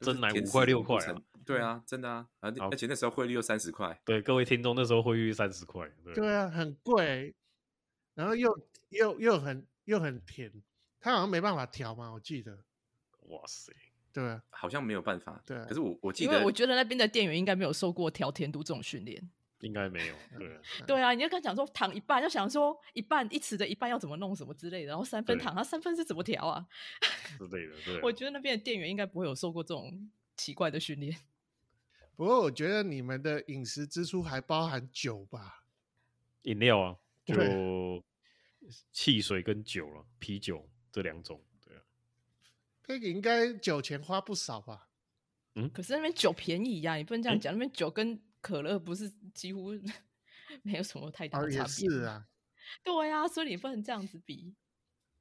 [SPEAKER 1] 就是
[SPEAKER 2] 真奶
[SPEAKER 1] 甜
[SPEAKER 2] 5
[SPEAKER 1] 食
[SPEAKER 2] 块6
[SPEAKER 1] 不
[SPEAKER 2] 块啊
[SPEAKER 1] 成。对
[SPEAKER 4] 嗯
[SPEAKER 1] 啊，真的啊，啊，
[SPEAKER 2] 好
[SPEAKER 1] 而且那时候汇率又三十块，
[SPEAKER 2] 对，各位听众那时候汇率三十块，对
[SPEAKER 4] 对啊，很贵，然后又又又很又很甜，它好像没办法调嘛，我记得，
[SPEAKER 2] 哇塞，
[SPEAKER 4] 对啊，
[SPEAKER 1] 好像没有办法。
[SPEAKER 4] 对啊
[SPEAKER 1] 可是我我记
[SPEAKER 3] 因
[SPEAKER 1] 得
[SPEAKER 3] 为我觉得那边的店员应该没有受过调甜度这种训练。
[SPEAKER 2] 应该没有，对
[SPEAKER 4] 嗯
[SPEAKER 2] 啊，
[SPEAKER 3] 对啊，你就跟他讲说糖一半，就想说一半一匙的一半要怎么弄什么之类的，然后三分
[SPEAKER 2] 对
[SPEAKER 3] 糖，它三分是怎么调啊？
[SPEAKER 2] 之类的，对啊。
[SPEAKER 3] 我觉得那边的店员应该不会有受过这种奇怪的训练。
[SPEAKER 4] 不过我觉得你们的饮食支出还包含酒吧？
[SPEAKER 2] 饮料啊，
[SPEAKER 4] 对
[SPEAKER 2] 就汽水跟酒了、啤酒这两种，对啊，
[SPEAKER 4] 那个应该酒钱花不少吧？
[SPEAKER 3] 可是那边酒便宜呀、你不能这样
[SPEAKER 2] 诶
[SPEAKER 3] 讲，那边酒跟可乐不是几乎 <laughs> 没有什么太大
[SPEAKER 4] 啊，
[SPEAKER 3] 的哦差
[SPEAKER 4] 也
[SPEAKER 3] 别。
[SPEAKER 4] 是，啊，
[SPEAKER 3] 对啊，所以你不能这样子比。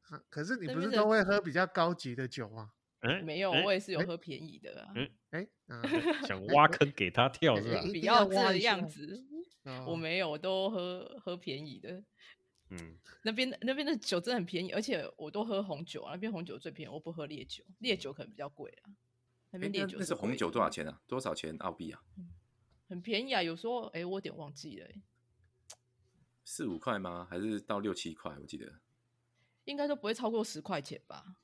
[SPEAKER 4] 啊可是你
[SPEAKER 3] 那
[SPEAKER 4] 不
[SPEAKER 3] 边
[SPEAKER 4] 是
[SPEAKER 3] 的
[SPEAKER 4] 都会喝比较高级的酒吗？
[SPEAKER 2] 哎
[SPEAKER 3] 没有，
[SPEAKER 2] 哎
[SPEAKER 3] 我也是有
[SPEAKER 4] 诶
[SPEAKER 3] 喝便宜的啊。
[SPEAKER 2] 诶
[SPEAKER 4] 哎，啊
[SPEAKER 2] 想
[SPEAKER 4] 哎
[SPEAKER 2] 挖
[SPEAKER 4] 我
[SPEAKER 2] 坑给他跳
[SPEAKER 4] 哎
[SPEAKER 2] 是吧
[SPEAKER 4] 哎？一
[SPEAKER 3] 不
[SPEAKER 4] 定要
[SPEAKER 3] 要
[SPEAKER 4] 挖
[SPEAKER 3] 这
[SPEAKER 4] 一下
[SPEAKER 3] 样子，我
[SPEAKER 4] 哦
[SPEAKER 3] 没有，我都喝喝便宜的。
[SPEAKER 2] 嗯，
[SPEAKER 3] 那边的那边的酒真的很便宜，而且我都喝红酒啊，那边红酒最便宜，我不喝烈酒，烈酒可能比较贵啊。那
[SPEAKER 1] 诶
[SPEAKER 3] 边烈
[SPEAKER 1] 那
[SPEAKER 3] 酒
[SPEAKER 1] 那
[SPEAKER 3] 是
[SPEAKER 1] 是红
[SPEAKER 3] 贵
[SPEAKER 1] 酒
[SPEAKER 3] 的
[SPEAKER 1] 多少？钱啊？多少钱澳币啊？
[SPEAKER 3] 很便宜啊，有时候哎、我有点忘记了欸、
[SPEAKER 1] 四五块吗？还是到六七块？我记得。
[SPEAKER 3] 应该都不会超过十块钱吧，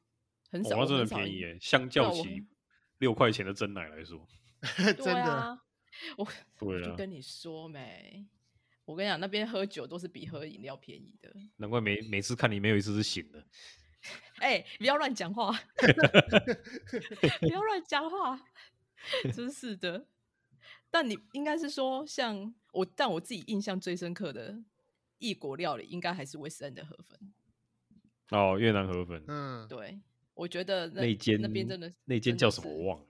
[SPEAKER 3] 很
[SPEAKER 2] 我
[SPEAKER 3] 少，
[SPEAKER 2] 哦那
[SPEAKER 3] 我
[SPEAKER 2] 真的
[SPEAKER 3] 很少
[SPEAKER 2] 便
[SPEAKER 3] 印
[SPEAKER 2] 宜耶，相较
[SPEAKER 3] 对我
[SPEAKER 2] 起六块钱的真奶来说，
[SPEAKER 3] <laughs>
[SPEAKER 4] 真
[SPEAKER 3] 对
[SPEAKER 4] 的，
[SPEAKER 3] 啊，我我
[SPEAKER 2] 对
[SPEAKER 3] 就
[SPEAKER 2] 啊，
[SPEAKER 3] 跟你说没，我跟你讲，那边喝酒都是比喝饮料便宜的。
[SPEAKER 2] 难怪每每次看你没有一次是醒的，
[SPEAKER 3] 哎、不要乱讲话，不要乱讲话，真是的。但你应该是说，像我，但我自己印象最深刻的异国料理，应该还是威斯恩的河粉。
[SPEAKER 2] 哦，越南河粉
[SPEAKER 4] 嗯，
[SPEAKER 3] 对，我觉得那
[SPEAKER 2] 那间
[SPEAKER 3] 那边真的是
[SPEAKER 2] 那间
[SPEAKER 3] 真的
[SPEAKER 2] 叫什么
[SPEAKER 3] 是
[SPEAKER 2] 我忘了，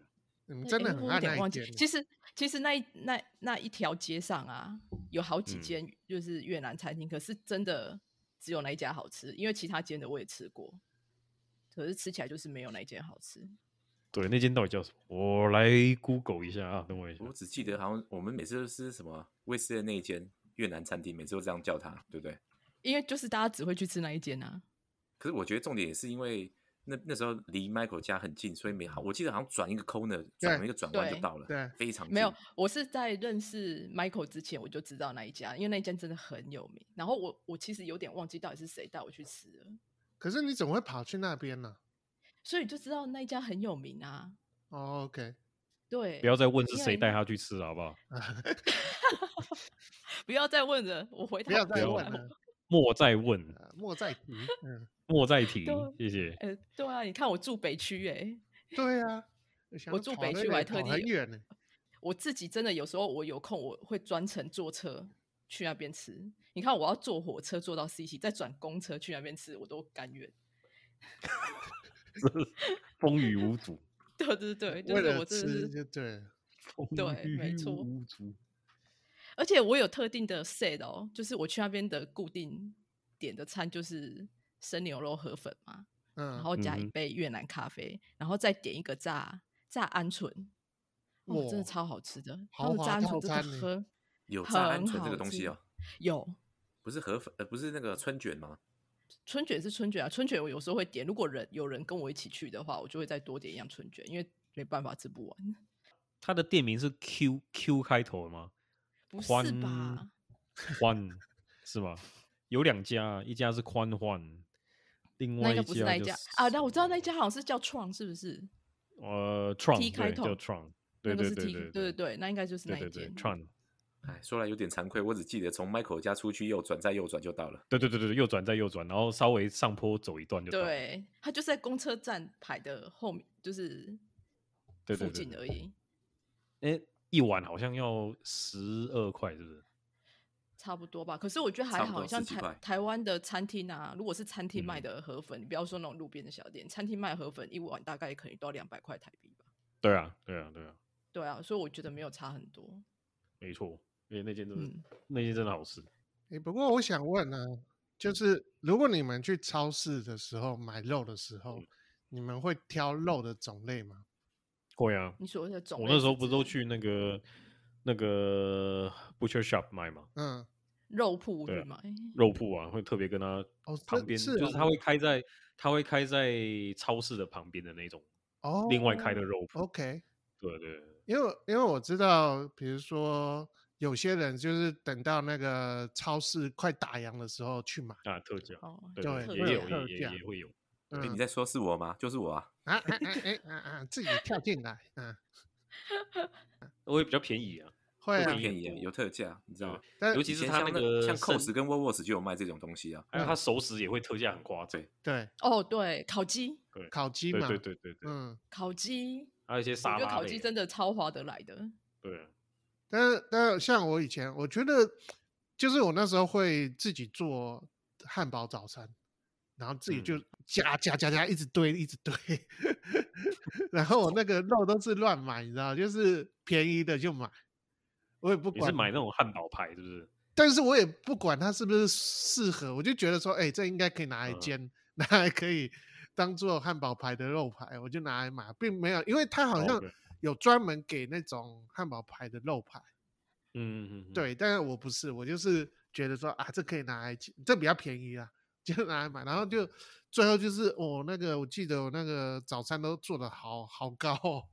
[SPEAKER 4] 你们
[SPEAKER 3] 那
[SPEAKER 4] 真
[SPEAKER 3] 诶
[SPEAKER 4] 的
[SPEAKER 3] 我
[SPEAKER 4] 很
[SPEAKER 3] 有
[SPEAKER 4] 爱
[SPEAKER 3] 点
[SPEAKER 4] 那一
[SPEAKER 3] 忘记
[SPEAKER 4] 间。
[SPEAKER 3] 其实其实那一那那一条街上啊，有好几
[SPEAKER 2] 嗯
[SPEAKER 3] 间就是越南餐厅，可是真的只有那一家好吃，因为其他间的我也吃过，可是吃起来就是没有那一间好吃。
[SPEAKER 2] 对，那间到底叫什么？我来 Google 一下啊，等我一下
[SPEAKER 1] 我，只记得好像我们每次都是什么威斯的那一间越南餐厅，每次都这样叫它，对不对？
[SPEAKER 3] 因为就是大家只会去吃那一间啊，
[SPEAKER 1] 可是我觉得重点也是因为那那时候离 Michael 家很近，所以没好。我记得好像转一个 corner，转一个转弯就
[SPEAKER 3] 对
[SPEAKER 1] 到了，
[SPEAKER 4] 对
[SPEAKER 1] 非常近
[SPEAKER 3] 没有，我是在认识 Michael 之前我就知道那一家，因为那一间真的很有名。然后我我其实有点忘记到底是谁带我去吃了，
[SPEAKER 4] 可是你怎么会跑去那边呢、
[SPEAKER 3] 所以就知道那一家很有名啊。
[SPEAKER 4] 哦 OK，
[SPEAKER 3] 对，
[SPEAKER 2] 不要再问是
[SPEAKER 3] 因为
[SPEAKER 2] 谁带他去吃了，好不好？
[SPEAKER 3] 不要再问了，我回答
[SPEAKER 4] 不要
[SPEAKER 3] 不
[SPEAKER 4] 再
[SPEAKER 3] 出
[SPEAKER 4] 问
[SPEAKER 3] 来
[SPEAKER 4] 了，
[SPEAKER 2] 莫再问，
[SPEAKER 4] 呃莫再提。嗯，
[SPEAKER 2] 莫再提
[SPEAKER 3] 对，
[SPEAKER 2] 谢谢。
[SPEAKER 3] 呃，对啊，你看我住北区哎、
[SPEAKER 4] 对啊，想
[SPEAKER 3] 我
[SPEAKER 4] 说
[SPEAKER 3] 住
[SPEAKER 4] 跑
[SPEAKER 3] 北
[SPEAKER 4] 那
[SPEAKER 3] 区
[SPEAKER 4] 里
[SPEAKER 3] 我还
[SPEAKER 4] 跑
[SPEAKER 3] 特地
[SPEAKER 4] 很远呢、
[SPEAKER 3] 我自己真的有时候我有空我会专程坐车去那边吃。你看我要坐火车坐到 CT，再转公车去那边吃，我都甘愿。 <laughs>
[SPEAKER 2] 风雨无阻，
[SPEAKER 3] 对对对，就
[SPEAKER 4] 为
[SPEAKER 3] 是
[SPEAKER 4] 了
[SPEAKER 3] 我真的
[SPEAKER 4] 吃
[SPEAKER 3] 是，
[SPEAKER 4] 就对了。
[SPEAKER 2] 风
[SPEAKER 3] <laughs> 对没错
[SPEAKER 2] 雨无阻。
[SPEAKER 3] 而且我有特定的 set 哦，就是我去那边的固定点的餐就是生牛肉河粉嘛，然
[SPEAKER 4] 嗯，
[SPEAKER 3] 后加一
[SPEAKER 2] 嗯哼
[SPEAKER 3] 杯越南咖啡，然后再点一个炸炸鹌鹑，哦，真的
[SPEAKER 4] 哇
[SPEAKER 3] 超好吃的，他
[SPEAKER 4] 豪
[SPEAKER 3] 们
[SPEAKER 4] 华
[SPEAKER 3] 炸鹌
[SPEAKER 4] 套
[SPEAKER 3] 鹑真的
[SPEAKER 4] 餐呢
[SPEAKER 3] 很
[SPEAKER 1] 有炸鹌
[SPEAKER 3] 很
[SPEAKER 1] 鹑这
[SPEAKER 3] 好
[SPEAKER 1] 个东西
[SPEAKER 3] 吃
[SPEAKER 1] 哦，
[SPEAKER 3] 有。
[SPEAKER 1] 不是河粉，呃，不是那个春卷吗？
[SPEAKER 3] 春卷是春卷啊，春卷我有时候会点，如果人有人跟我一起去的话，我就会再多点一样春卷，因为没办法吃不完。
[SPEAKER 2] 它的店名是 Q Q 开头的吗？
[SPEAKER 3] 不
[SPEAKER 2] 欢
[SPEAKER 3] 是吧？
[SPEAKER 2] 欢是吧？有两家，一家是宽欢，另
[SPEAKER 3] 那
[SPEAKER 2] 外
[SPEAKER 3] 应该
[SPEAKER 2] 一
[SPEAKER 3] 不是那一
[SPEAKER 2] 就
[SPEAKER 3] 家
[SPEAKER 2] 是
[SPEAKER 3] 啊，那我知道那一家好像是叫创，是不是？
[SPEAKER 2] 呃 Tron
[SPEAKER 3] ，T 开
[SPEAKER 2] 对
[SPEAKER 3] 头
[SPEAKER 2] 叫 Tron，
[SPEAKER 3] 那
[SPEAKER 2] 对对
[SPEAKER 3] 个是 T，
[SPEAKER 2] 对
[SPEAKER 3] 对
[SPEAKER 2] 对
[SPEAKER 3] 对，那应该就是那
[SPEAKER 2] 对
[SPEAKER 3] 一
[SPEAKER 2] 对
[SPEAKER 3] 间
[SPEAKER 2] 对。Tron，
[SPEAKER 1] 哎，说来有点惭愧，我只记得从 Michael 家出去右转，再右转就到了。
[SPEAKER 2] 对对对对，右转再右转，然后稍微上坡走一段就到了
[SPEAKER 3] 对，它就是在公车站牌的后面，就是
[SPEAKER 2] 对对
[SPEAKER 3] 附
[SPEAKER 2] 对
[SPEAKER 3] 近
[SPEAKER 2] 对
[SPEAKER 3] 而已，
[SPEAKER 2] 哎，一碗好像要十二块，是不是？
[SPEAKER 3] 差不多吧。可是我觉得还
[SPEAKER 1] 差不
[SPEAKER 3] 好
[SPEAKER 1] 多
[SPEAKER 3] 像
[SPEAKER 1] 十几块
[SPEAKER 3] 台台湾的餐厅啊，如果是餐厅卖
[SPEAKER 2] 嗯
[SPEAKER 3] 的河粉，你不要说那种路边的小店，餐厅卖河粉一碗大概可能都要两百块台币吧。
[SPEAKER 2] 对啊，对啊，对啊，
[SPEAKER 3] 对啊，所以我觉得没有差很多。
[SPEAKER 2] 没错。因为那间真的、
[SPEAKER 3] 嗯，
[SPEAKER 2] 那间真的好吃，
[SPEAKER 4] 诶不过我想问呢、就是如果你们去超市的时候买肉的时
[SPEAKER 3] 嗯
[SPEAKER 4] 候，你们会挑肉的种类吗？
[SPEAKER 2] 会啊。
[SPEAKER 3] 你所谓的嗯种
[SPEAKER 2] 我
[SPEAKER 3] 类
[SPEAKER 2] 那时候
[SPEAKER 3] 是
[SPEAKER 2] 不是都
[SPEAKER 3] 指
[SPEAKER 2] 去那个那个 butcher shop 买嘛，
[SPEAKER 4] 嗯，
[SPEAKER 3] 肉铺
[SPEAKER 2] 对
[SPEAKER 3] 去
[SPEAKER 2] 啊
[SPEAKER 3] 买？
[SPEAKER 2] 肉铺啊，会特别跟他
[SPEAKER 4] 哦，
[SPEAKER 2] 旁
[SPEAKER 4] 这
[SPEAKER 2] 边，
[SPEAKER 4] 是
[SPEAKER 2] 就是
[SPEAKER 4] 哦
[SPEAKER 2] 他会开在他会开在超市的旁边的那种，
[SPEAKER 4] 哦，
[SPEAKER 2] 另外开的肉铺。
[SPEAKER 4] OK，
[SPEAKER 2] 对对对
[SPEAKER 4] 因为因为我知道，比如说有些人就是等到那个超市快打烊的时候去买，
[SPEAKER 2] 啊，特价，
[SPEAKER 3] 哦，
[SPEAKER 2] 对
[SPEAKER 4] 对
[SPEAKER 2] 对，
[SPEAKER 4] 会
[SPEAKER 2] 也
[SPEAKER 4] 有特
[SPEAKER 2] 有也
[SPEAKER 4] 价
[SPEAKER 2] 也也会有。
[SPEAKER 1] 哎，你
[SPEAKER 4] 嗯，
[SPEAKER 1] 在说是我吗？就是我啊，
[SPEAKER 4] 啊啊啊啊啊啊，自己跳进来，嗯，
[SPEAKER 2] 我也比较便宜啊，
[SPEAKER 4] 会
[SPEAKER 1] 特
[SPEAKER 4] 啊
[SPEAKER 1] 别，便宜啊，
[SPEAKER 2] 嗯
[SPEAKER 1] 有特价，你知道吗？
[SPEAKER 4] 但
[SPEAKER 2] 尤其
[SPEAKER 1] 以
[SPEAKER 2] 是
[SPEAKER 1] 前
[SPEAKER 2] 他
[SPEAKER 1] 像
[SPEAKER 2] 那个
[SPEAKER 1] 像
[SPEAKER 2] 圣
[SPEAKER 1] Cos 跟 w o l w o r t 就有卖这种东西啊。
[SPEAKER 2] 还有他熟食也会特价很夸张。
[SPEAKER 4] 对
[SPEAKER 3] 哦，对，烤鸡，
[SPEAKER 4] 烤鸡
[SPEAKER 2] 对
[SPEAKER 4] 嘛，
[SPEAKER 2] 对对对对，
[SPEAKER 4] 嗯，
[SPEAKER 3] 烤鸡，
[SPEAKER 2] 还有一些
[SPEAKER 3] 我
[SPEAKER 2] 沙
[SPEAKER 3] 觉得
[SPEAKER 2] 拉
[SPEAKER 3] 烤
[SPEAKER 2] 类
[SPEAKER 3] 鸡
[SPEAKER 2] 的
[SPEAKER 3] 真的超划得来的。
[SPEAKER 2] 对啊，
[SPEAKER 4] 但是但是像我以前，我觉得就是我那时候会自己做汉堡早餐，然后自己
[SPEAKER 2] 嗯
[SPEAKER 4] 就加加加加，一直堆一直堆， <laughs> 然后我那个肉都是乱买，你知道，就是便宜的就买，我也不
[SPEAKER 2] 你是
[SPEAKER 4] 管，
[SPEAKER 2] 买那种汉堡排是不是？
[SPEAKER 4] 但是我也不管它是不是适合，我就觉得说，哎、这应该可以拿来
[SPEAKER 2] 嗯
[SPEAKER 4] 煎， <laughs> 拿来可以当做汉堡排的肉排，我就拿来买，并没有，因为它好
[SPEAKER 2] 哦
[SPEAKER 4] 像
[SPEAKER 2] ，OK
[SPEAKER 4] 有专门给那种汉堡排的肉排。
[SPEAKER 2] 嗯嗯嗯，
[SPEAKER 4] 对，但是我不是，我就是觉得说啊，这可以拿来起，这比较便宜啊，就拿来买。然后就最后就是我、那个，我记得我那个早餐都做的好 <laughs> 好高哦，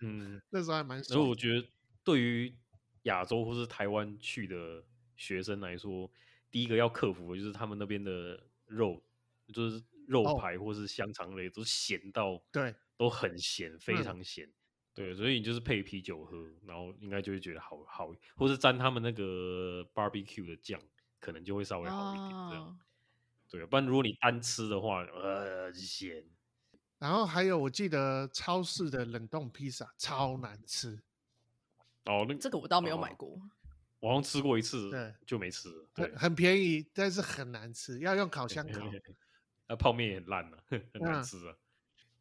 [SPEAKER 2] 嗯。
[SPEAKER 4] 那时候还蛮
[SPEAKER 2] 所以
[SPEAKER 4] 爽
[SPEAKER 2] 我
[SPEAKER 4] 的。
[SPEAKER 2] 觉得，对于亚洲或是台湾去的学生来说，第一个要克服的就是他们那边的肉，就是
[SPEAKER 4] 哦
[SPEAKER 2] 肉排或是香肠类都咸到
[SPEAKER 4] 对，
[SPEAKER 2] 都很咸，非
[SPEAKER 4] 嗯
[SPEAKER 2] 常咸。对，所以你就是配啤酒喝，然后应该就会觉得好好，或是沾他们那个 barbecue 的酱，可能就会稍微好一点。这样、
[SPEAKER 3] 哦，
[SPEAKER 2] 对，啊不然如果你单吃的话，呃，咸。
[SPEAKER 4] 然后还有我记得超市的冷冻披萨超难吃，
[SPEAKER 2] 哦，那
[SPEAKER 3] 这个我倒没有
[SPEAKER 2] 哦
[SPEAKER 3] 买过。
[SPEAKER 2] 我好像吃过一次，
[SPEAKER 4] 对
[SPEAKER 2] 就没吃了。对
[SPEAKER 4] 很，很便宜，但是很难吃，要用烤箱烤。
[SPEAKER 2] 那泡面也很烂啊， <laughs> 很难
[SPEAKER 4] 嗯
[SPEAKER 2] 吃啊，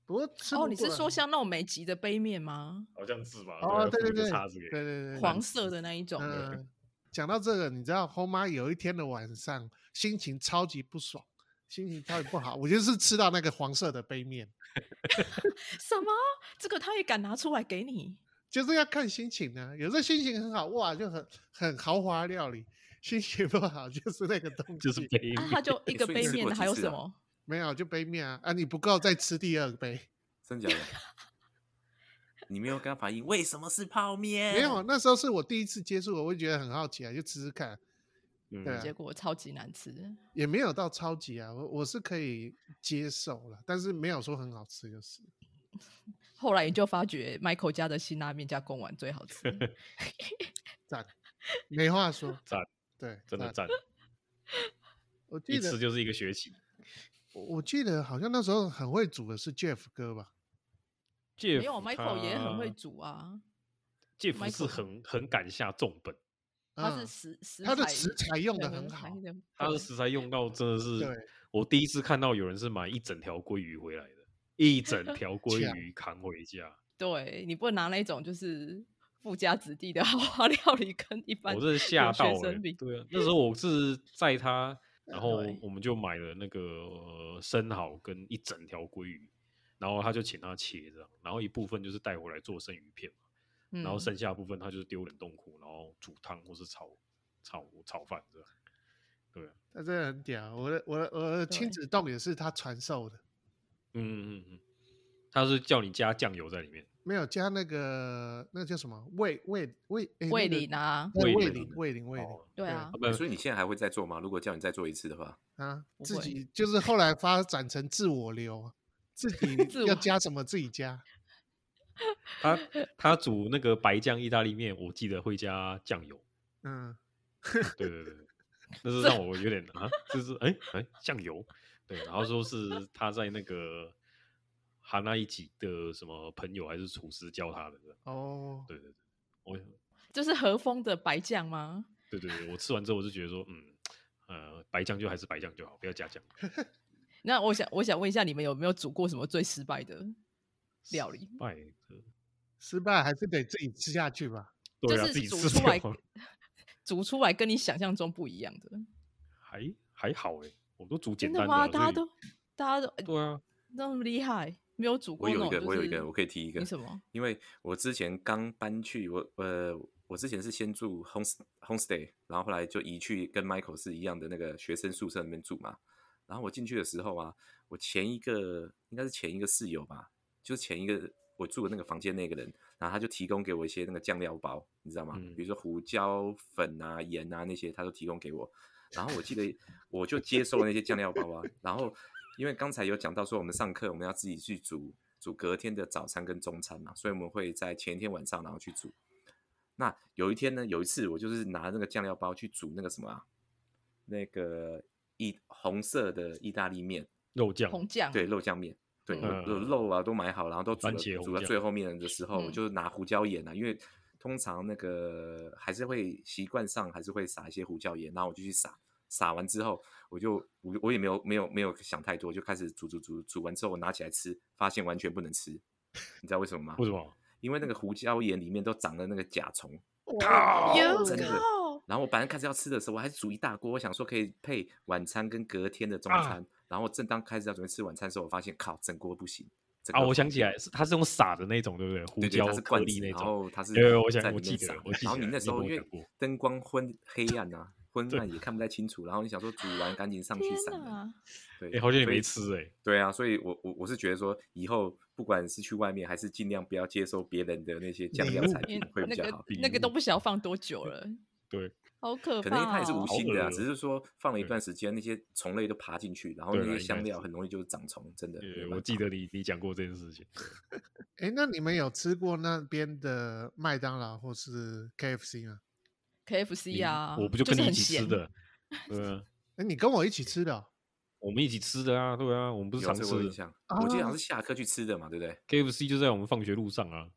[SPEAKER 4] 不过吃
[SPEAKER 3] 哦，
[SPEAKER 4] 不啊
[SPEAKER 3] 你是
[SPEAKER 4] 过
[SPEAKER 3] 说像那种美极的杯面吗？
[SPEAKER 2] 好像是吧？
[SPEAKER 4] 哦，
[SPEAKER 2] 对
[SPEAKER 4] 对
[SPEAKER 2] 啊
[SPEAKER 4] 对
[SPEAKER 2] 附一个
[SPEAKER 4] 对，
[SPEAKER 2] 叉子给，
[SPEAKER 4] 对对对，
[SPEAKER 3] 黄色的那一种的，
[SPEAKER 4] 嗯，讲到这个，你知道后妈有一天的晚上心情超级不爽，心情超级不好，我就是吃到那个黄色的杯面，
[SPEAKER 3] 什么？这个他也敢拿出来给你？
[SPEAKER 4] 就是要看心情呢、有时候心情很好，哇，就很很豪华料理；心情不好，就是那个东西，
[SPEAKER 2] 就是杯面
[SPEAKER 3] 啊，他就一
[SPEAKER 1] 诶
[SPEAKER 3] 个
[SPEAKER 1] 所以你
[SPEAKER 3] 杯
[SPEAKER 1] 吃
[SPEAKER 3] 面
[SPEAKER 1] 过
[SPEAKER 3] 的，还
[SPEAKER 1] 几
[SPEAKER 3] 有
[SPEAKER 1] 次
[SPEAKER 3] 什
[SPEAKER 1] 啊
[SPEAKER 3] 么？
[SPEAKER 4] 没有就杯面啊，啊你不够再吃第二杯。
[SPEAKER 1] 真假的？ <laughs> 你没有跟他反映为什么是泡
[SPEAKER 3] 哎
[SPEAKER 1] 面？
[SPEAKER 4] 没有，那时候是我第一次接触，我会觉得很好奇啊，就吃吃看，
[SPEAKER 2] 嗯
[SPEAKER 4] 对啊
[SPEAKER 3] 结果超级难吃。
[SPEAKER 4] 也没有到超级啊，我我是可以接受了，但是没有说很好吃就是。
[SPEAKER 3] 后来你就发觉 Michael 家的辛拉面加贡丸最好吃，
[SPEAKER 4] 赞，没
[SPEAKER 3] <laughs>
[SPEAKER 4] 话说，
[SPEAKER 2] 赞，
[SPEAKER 4] 对，啊
[SPEAKER 2] 真的
[SPEAKER 4] 赞。
[SPEAKER 2] 赞，
[SPEAKER 4] 我记
[SPEAKER 2] 一
[SPEAKER 4] 得
[SPEAKER 2] 吃就是一个学期。
[SPEAKER 4] 我我记得好像那时候很会煮的是 Jeff 哥吧？
[SPEAKER 2] 没 <laughs>
[SPEAKER 3] 没有 Michael 也很会，煮
[SPEAKER 4] 嗯
[SPEAKER 3] 啊，
[SPEAKER 2] 介夫是
[SPEAKER 3] Michael
[SPEAKER 2] 很很敢下重
[SPEAKER 3] <laughs>
[SPEAKER 2] 本，
[SPEAKER 3] 他是
[SPEAKER 4] 嗯
[SPEAKER 3] 食食
[SPEAKER 4] 他的
[SPEAKER 3] 材
[SPEAKER 4] 食材用的
[SPEAKER 3] 对 <laughs>
[SPEAKER 4] 很
[SPEAKER 3] 食材
[SPEAKER 4] 好，
[SPEAKER 3] 的
[SPEAKER 2] 他的
[SPEAKER 3] 对
[SPEAKER 2] 食材用到真的
[SPEAKER 4] 对
[SPEAKER 2] 是，我第一次看到有人是买一整条鲑鱼回来的，一整
[SPEAKER 4] <laughs>
[SPEAKER 2] 条鲑
[SPEAKER 4] 抢
[SPEAKER 2] 鱼扛回家，
[SPEAKER 3] 对你不能拿那种就是富家子弟的豪 <laughs> 华料理跟一般
[SPEAKER 2] 我真的吓
[SPEAKER 3] 留学
[SPEAKER 2] 到了、
[SPEAKER 3] 生比 <laughs>
[SPEAKER 2] 对啊，那时候我是载他，然后
[SPEAKER 3] 对
[SPEAKER 2] 我们就买了那个、呃生蚝跟一整条鲑鱼，然后他就请他切这样，然后一部分就是带回来做生鱼片嘛，然后
[SPEAKER 3] 嗯
[SPEAKER 2] 剩下的部分他就是丢冷冻库，然后煮汤或是炒炒炒饭这样。对啊，
[SPEAKER 4] 他真的很屌。我的我的我的亲
[SPEAKER 3] 对
[SPEAKER 4] 子冻也是他传授的，
[SPEAKER 2] 嗯嗯嗯嗯，他是叫你加酱油在里面。
[SPEAKER 4] 没有加那个那叫什么味味味诶
[SPEAKER 3] 味
[SPEAKER 4] 那个
[SPEAKER 3] 淋啊，
[SPEAKER 2] 味
[SPEAKER 4] 对味
[SPEAKER 2] 淋
[SPEAKER 4] 淋味淋味淋
[SPEAKER 2] 哦
[SPEAKER 3] 对啊，
[SPEAKER 2] 不
[SPEAKER 1] 所以你现在还会再做吗？如果叫你再做一次的话，
[SPEAKER 4] 啊，
[SPEAKER 3] 不
[SPEAKER 4] 自
[SPEAKER 3] 会
[SPEAKER 4] 己就是后来发展成自我流啊，
[SPEAKER 3] <laughs>
[SPEAKER 4] 自己
[SPEAKER 3] 自
[SPEAKER 4] 要
[SPEAKER 3] 我
[SPEAKER 4] 加什么自己加。
[SPEAKER 2] 他他煮那个白酱意大利面，我记得会加酱油。
[SPEAKER 4] 嗯，
[SPEAKER 2] 对对
[SPEAKER 3] <laughs>
[SPEAKER 2] 对，对那是让我有点啊，就是哎哎酱油，对，然后说是他在那个哈那一集的什么朋友还是厨师教他的，
[SPEAKER 4] 哦，
[SPEAKER 2] 对对对，我
[SPEAKER 3] 就是和风的白酱吗？
[SPEAKER 2] 对对对，我吃完之后我就觉得说，嗯呃，白酱就还是白酱就好，不要加酱
[SPEAKER 3] <laughs>
[SPEAKER 2] 油。
[SPEAKER 3] 那我想我想问一下，你们有没有煮过什么最失败的料理？
[SPEAKER 2] 拜的，
[SPEAKER 4] 失败还是得自己吃下去吧。
[SPEAKER 2] 对啊，
[SPEAKER 3] 就
[SPEAKER 2] 自己
[SPEAKER 3] 是煮
[SPEAKER 2] 吃
[SPEAKER 3] 出来
[SPEAKER 2] 掉
[SPEAKER 3] 煮出来跟你想象中不一样的，
[SPEAKER 2] 还还好哎、我都煮简
[SPEAKER 3] 真的
[SPEAKER 2] 单
[SPEAKER 3] 吗？
[SPEAKER 2] 啊所
[SPEAKER 3] 大家
[SPEAKER 2] 以
[SPEAKER 3] 都大家都哎
[SPEAKER 2] 对啊，
[SPEAKER 3] 那么厉害，没有煮
[SPEAKER 1] 我
[SPEAKER 3] 过那
[SPEAKER 1] 有
[SPEAKER 3] 种
[SPEAKER 1] 一个，
[SPEAKER 3] 就是
[SPEAKER 1] 我有一个，我可以提一个
[SPEAKER 3] 你。什么？
[SPEAKER 1] 因为我之前刚搬去，我呃，我之前是先住 home homestay，然后后来就移去跟 Michael 是一样的那个学生宿舍那边住嘛。然后我进去的时候啊，我前一个应该是前一个室友吧，就是前一个我住的那个房间那个人，然后他就提供给我一些那个酱料包，你知道吗？
[SPEAKER 2] 嗯
[SPEAKER 1] 比如说胡椒粉啊、盐啊那些，他都提供给我。然后我记得我就接受了那些酱料包啊，然后因为刚才有讲到说我们上课我们要自己去煮煮隔天的早餐跟中餐嘛，所以我们会在前一天晚上然后去煮。那有一天呢，有一次我就是拿那个酱料包去煮那个什么啊，那个意红色的意大利面，
[SPEAKER 2] 肉酱
[SPEAKER 3] 红酱
[SPEAKER 1] 对，肉酱面，对，肉
[SPEAKER 2] 嗯
[SPEAKER 1] 肉肉啊都买好，然后都煮
[SPEAKER 2] 番
[SPEAKER 1] 了
[SPEAKER 2] 茄
[SPEAKER 1] 煮
[SPEAKER 2] 红
[SPEAKER 1] 到
[SPEAKER 2] 酱
[SPEAKER 1] 最后面的时候，
[SPEAKER 3] 嗯
[SPEAKER 1] 就是拿胡椒盐啊，因为通常那个还是会习惯上还是会撒一些胡椒盐，然后我就去撒，撒完之后我就我我也没有没有没有想太多，就开始煮煮煮煮完之后我拿起来吃，发现完全不能吃，你知道为什么吗
[SPEAKER 2] 为？什么？
[SPEAKER 1] 因为那个胡椒盐里面都长了那个甲虫，
[SPEAKER 4] 靠
[SPEAKER 3] 有
[SPEAKER 1] 真的
[SPEAKER 3] 靠，
[SPEAKER 1] 然后我本来开始要吃的时候，我还煮一大锅，我想说可以配晚餐跟隔天的中
[SPEAKER 2] 啊
[SPEAKER 1] 餐。然后正当开始要准备吃晚餐的时候，我发现靠，整锅不行。整
[SPEAKER 2] 啊，
[SPEAKER 1] 个
[SPEAKER 2] 我想起来，是它是用撒的那种，对不对？胡
[SPEAKER 1] 对对，
[SPEAKER 2] 椒
[SPEAKER 1] 它是
[SPEAKER 2] 颗
[SPEAKER 1] 罐
[SPEAKER 2] 粒
[SPEAKER 1] 子，
[SPEAKER 2] 那
[SPEAKER 1] 然
[SPEAKER 2] 种。
[SPEAKER 1] 后它是
[SPEAKER 2] 有有我想
[SPEAKER 1] 在里
[SPEAKER 2] 我
[SPEAKER 1] 面
[SPEAKER 2] 记得
[SPEAKER 1] 撒
[SPEAKER 2] 我记
[SPEAKER 1] 然后你
[SPEAKER 2] 起来
[SPEAKER 1] 那
[SPEAKER 2] 你
[SPEAKER 1] 时候
[SPEAKER 2] 跟我
[SPEAKER 1] 因为
[SPEAKER 2] 讲过
[SPEAKER 1] 灯光昏黑暗啊，昏
[SPEAKER 2] 对
[SPEAKER 1] 暗也看不太清楚，然后你想说煮完赶紧上去
[SPEAKER 3] 天
[SPEAKER 1] 散了，
[SPEAKER 3] 哪！ <laughs>
[SPEAKER 1] 对，
[SPEAKER 2] 哎、好久你
[SPEAKER 1] 所以
[SPEAKER 2] 没吃哎、
[SPEAKER 1] 对啊，所以我我我是觉得说，以后不管是去外面，还是尽量不要接受别人的那些酱
[SPEAKER 4] 礼
[SPEAKER 2] <laughs>
[SPEAKER 1] 料
[SPEAKER 4] 物
[SPEAKER 1] 产
[SPEAKER 3] 因
[SPEAKER 1] 品
[SPEAKER 3] 为
[SPEAKER 1] 会比
[SPEAKER 3] 那
[SPEAKER 1] 较
[SPEAKER 3] 个
[SPEAKER 1] 好。
[SPEAKER 2] 礼
[SPEAKER 3] 那个都
[SPEAKER 2] 物
[SPEAKER 3] 不晓得放多久了，
[SPEAKER 2] 对，
[SPEAKER 3] 好可
[SPEAKER 1] 可
[SPEAKER 3] 怕、哦。
[SPEAKER 1] 能它也是无
[SPEAKER 2] 好
[SPEAKER 1] 心的啊，
[SPEAKER 2] 恶
[SPEAKER 1] 只是说放了一
[SPEAKER 2] 对
[SPEAKER 1] 段时间，那些虫类都爬进去，然后
[SPEAKER 2] 对啊
[SPEAKER 1] 那
[SPEAKER 2] 啦
[SPEAKER 1] 些
[SPEAKER 2] 应
[SPEAKER 1] 香
[SPEAKER 2] 该
[SPEAKER 1] 料
[SPEAKER 2] 是
[SPEAKER 1] 很容易就是长虫，真的。没
[SPEAKER 2] 呃
[SPEAKER 1] 办
[SPEAKER 2] 我
[SPEAKER 1] 法
[SPEAKER 2] 记得你你讲过这件事情，
[SPEAKER 4] 哎，那你们有吃过那边的麦当劳或是 KFC 吗？
[SPEAKER 2] 你
[SPEAKER 3] KFC 啊，
[SPEAKER 2] 我不就跟
[SPEAKER 3] 是
[SPEAKER 2] 你一
[SPEAKER 3] 很
[SPEAKER 2] 起吃
[SPEAKER 3] 咸，
[SPEAKER 2] 的，对啊，
[SPEAKER 4] 哎，你跟我一起吃的哦、
[SPEAKER 2] 我们一起吃的啊，对啊，我们不是
[SPEAKER 1] 有
[SPEAKER 2] 常
[SPEAKER 1] 这个我有印
[SPEAKER 2] 吃
[SPEAKER 1] 象，我记得好
[SPEAKER 2] 哦
[SPEAKER 1] 像
[SPEAKER 4] 啊
[SPEAKER 1] 是下课去吃的嘛，对不对？
[SPEAKER 2] KFC 就在我们放学路上啊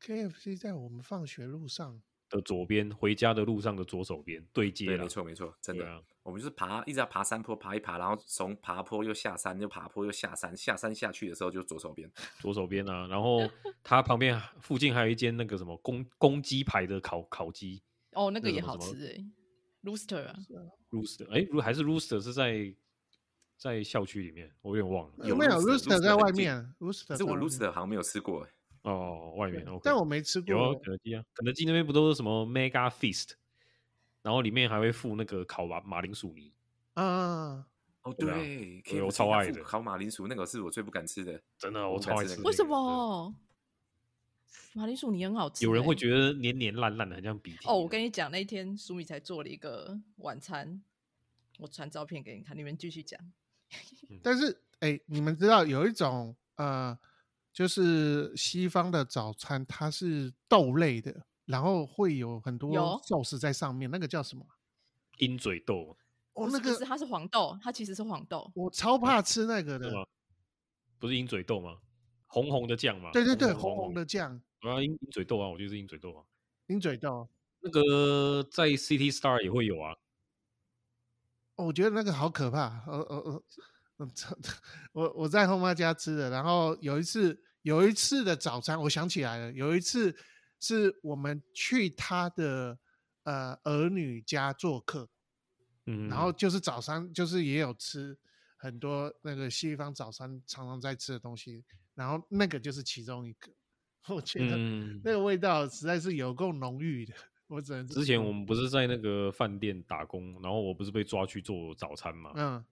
[SPEAKER 4] KFC 在我们放学路上，
[SPEAKER 2] 的左边，回家的路上的左手边对接
[SPEAKER 1] 对，
[SPEAKER 2] 啦
[SPEAKER 1] 没错没错，真
[SPEAKER 2] 对
[SPEAKER 1] 的。
[SPEAKER 2] 啊，
[SPEAKER 1] 我们就是爬，一直要爬山坡，爬一爬，然后从爬坡又下山，又爬坡又下山，下山下去的时候就左手边。
[SPEAKER 2] 左手边啊，然后它旁边附近还有一间那个什么公公鸡排的烤烤鸡
[SPEAKER 3] 哦，那个
[SPEAKER 2] 那
[SPEAKER 3] 也
[SPEAKER 2] 什么
[SPEAKER 3] 好
[SPEAKER 2] 什么
[SPEAKER 3] 吃哎、Rooster 啊，
[SPEAKER 2] Rooster，哎、如还是 Rooster 是在在校区里面，我有点忘了
[SPEAKER 1] 有
[SPEAKER 4] 呃没有
[SPEAKER 1] Rooster，
[SPEAKER 4] Rooster
[SPEAKER 1] Rooster
[SPEAKER 4] 在
[SPEAKER 1] 很
[SPEAKER 4] 外
[SPEAKER 1] 近
[SPEAKER 4] 面，Rooster
[SPEAKER 1] 可是
[SPEAKER 4] 在
[SPEAKER 1] 我
[SPEAKER 4] 外
[SPEAKER 1] l o
[SPEAKER 4] 面
[SPEAKER 1] s t e r 好像没有吃过欸，
[SPEAKER 2] 哦，外面
[SPEAKER 4] 对
[SPEAKER 2] OK，
[SPEAKER 4] 但我没吃
[SPEAKER 2] 有啊，
[SPEAKER 4] 过
[SPEAKER 2] 肯德基啊，肯德基那边不都是什么 Mega Feast，然后里面还会附那个烤马马铃薯泥，
[SPEAKER 4] 啊。
[SPEAKER 1] 哦，
[SPEAKER 2] 对啊
[SPEAKER 1] 对，
[SPEAKER 2] 对我超爱的
[SPEAKER 1] 烤马铃薯那个是我最不敢吃的。
[SPEAKER 2] 真的，哦
[SPEAKER 1] 我
[SPEAKER 4] 哦
[SPEAKER 2] 我
[SPEAKER 1] 不
[SPEAKER 2] 超
[SPEAKER 1] 敢
[SPEAKER 2] 爱
[SPEAKER 1] 吃那
[SPEAKER 2] 吃那
[SPEAKER 1] 个
[SPEAKER 2] 个。
[SPEAKER 3] 为什
[SPEAKER 2] 对？
[SPEAKER 3] 么？马铃薯泥很好吃欸、
[SPEAKER 2] 有人会觉啊得黏黏烂烂的，很像鼻涕。
[SPEAKER 3] 哦，我跟你讲，那天苏米才做了一个晚餐，我传照片给你看，你们继续讲。
[SPEAKER 4] 但是，哎、你们知道有一种呃，就是西方的早餐，它是豆类的，然后会有很多
[SPEAKER 3] 有
[SPEAKER 4] 寿司在上面，那个叫什么？
[SPEAKER 2] 鹰嘴豆
[SPEAKER 4] 哦，
[SPEAKER 3] 不
[SPEAKER 4] 那
[SPEAKER 3] 是不是
[SPEAKER 4] 个
[SPEAKER 3] 它是黄豆，它其实是黄豆。
[SPEAKER 4] 我超怕吃那个
[SPEAKER 2] 是
[SPEAKER 4] 的。
[SPEAKER 2] 吗？不是鹰嘴豆吗？红红的酱嘛。
[SPEAKER 4] 对对对，
[SPEAKER 2] 红
[SPEAKER 4] 红红的。酱，
[SPEAKER 2] 我要鹰鹰嘴豆啊，我就是鹰嘴豆啊。
[SPEAKER 4] 鹰嘴豆。
[SPEAKER 2] 那个
[SPEAKER 4] 嗯
[SPEAKER 2] 在 City Star 也会有啊，
[SPEAKER 4] 哦，我觉得那个好可怕。呃呃呃， <laughs> 嗯这我我在后妈家吃的，然后有一次有一次的早餐，我想起来了，有一次是我们去她的呃儿女家做客，
[SPEAKER 2] 嗯，
[SPEAKER 4] 然后就是早餐就是也有吃很多那个西方早餐常常在吃的东西，然后那个就是其中一个，我觉得
[SPEAKER 2] 嗯，
[SPEAKER 4] 那个味道实在是有够浓郁的，我只能
[SPEAKER 2] 之前
[SPEAKER 4] 说
[SPEAKER 2] 我们不是在那个饭店打工，然后我不是被抓去做早餐嘛，
[SPEAKER 4] 嗯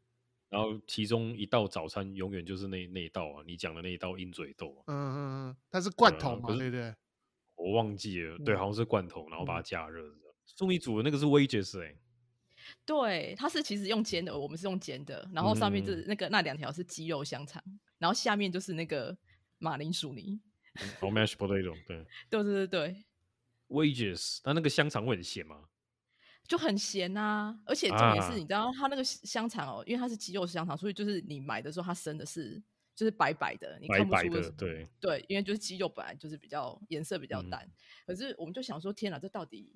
[SPEAKER 2] 然后其中一道早餐永远就是那那一道啊，你讲的那一道鹰嘴豆啊，
[SPEAKER 4] 嗯嗯嗯，它是罐
[SPEAKER 2] 啊
[SPEAKER 4] 头
[SPEAKER 2] 可
[SPEAKER 4] 嘛，
[SPEAKER 2] 是
[SPEAKER 4] 对不对？
[SPEAKER 2] 我忘记了，对，
[SPEAKER 4] 嗯
[SPEAKER 2] 好像是罐头，然后把它
[SPEAKER 4] 嗯
[SPEAKER 2] 加热这样。粟米煮的那个是 wages 哎、
[SPEAKER 3] 对，它是其实用煎的，我们是用煎的，然后上面
[SPEAKER 2] 嗯
[SPEAKER 3] 就是那个、那两条是鸡肉香肠，然后下面就是那个马铃薯泥。
[SPEAKER 2] 然后 mash 哦 potato 对
[SPEAKER 3] 对对对对，
[SPEAKER 2] wages，它那个香肠会很咸吗？
[SPEAKER 3] 就很咸呐、而且重点
[SPEAKER 2] 啊
[SPEAKER 3] 是，你知道它那个香肠哦，因为它是鸡肉香肠，所以就是你买的时候它生的是就是白白的，你
[SPEAKER 2] 白
[SPEAKER 3] 看不
[SPEAKER 2] 白
[SPEAKER 3] 出
[SPEAKER 2] 的
[SPEAKER 3] 是
[SPEAKER 2] 对，
[SPEAKER 3] 对，因为就是鸡肉本来就是比较颜色比较
[SPEAKER 2] 嗯
[SPEAKER 3] 淡，可是我们就想说，天哪，这到底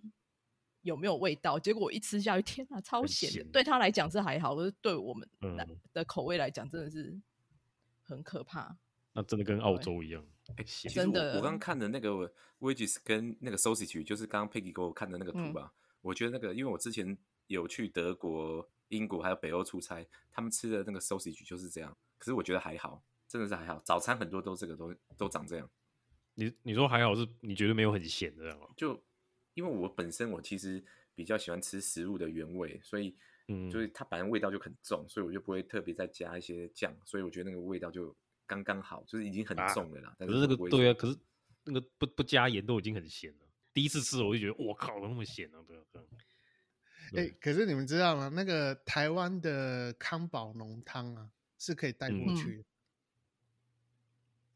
[SPEAKER 3] 有没有味道？结果我一吃下去，天哪，超
[SPEAKER 2] 很
[SPEAKER 3] 咸的！
[SPEAKER 2] 咸
[SPEAKER 3] 对他来讲是还好，可是对我们来
[SPEAKER 2] 嗯
[SPEAKER 3] 的口味来讲，真的是很可怕。
[SPEAKER 2] 那真的跟澳
[SPEAKER 3] 对
[SPEAKER 2] 洲一样，
[SPEAKER 1] 哎，其实
[SPEAKER 3] 真
[SPEAKER 1] 我
[SPEAKER 3] 的
[SPEAKER 1] 我刚看的那个 wages 跟那个 sausage，就是刚刚 Peggy 给我看的那个
[SPEAKER 3] 嗯
[SPEAKER 1] 图啊，我觉得那个，因为我之前有去德国、英国还有北欧出差，他们吃的那个 sausage 就是这样。可是我觉得还好，真的是还好，早餐很多都这个都都长这样。
[SPEAKER 2] 你你说还好是，你觉得没有很咸这样哦、
[SPEAKER 1] 就因为我本身我其实比较喜欢吃食物的原味，所以
[SPEAKER 2] 嗯
[SPEAKER 1] 就是它本来味道就很重，所以我就不会特别再加一些酱，所以我觉得那个味道就刚刚好，就是已经很
[SPEAKER 2] 啊
[SPEAKER 1] 重了啦。但
[SPEAKER 2] 可是那
[SPEAKER 1] 它
[SPEAKER 2] 个
[SPEAKER 1] 不会
[SPEAKER 2] 对啊，可是那个不不加盐都已经很咸了。第一次吃我就觉得我靠，怎么那么咸啊？对啊，对啊。
[SPEAKER 4] 哎、
[SPEAKER 2] 对
[SPEAKER 4] 可是你们知道吗？那个台湾的康宝浓汤啊，是可以带过
[SPEAKER 2] 嗯
[SPEAKER 4] 去的，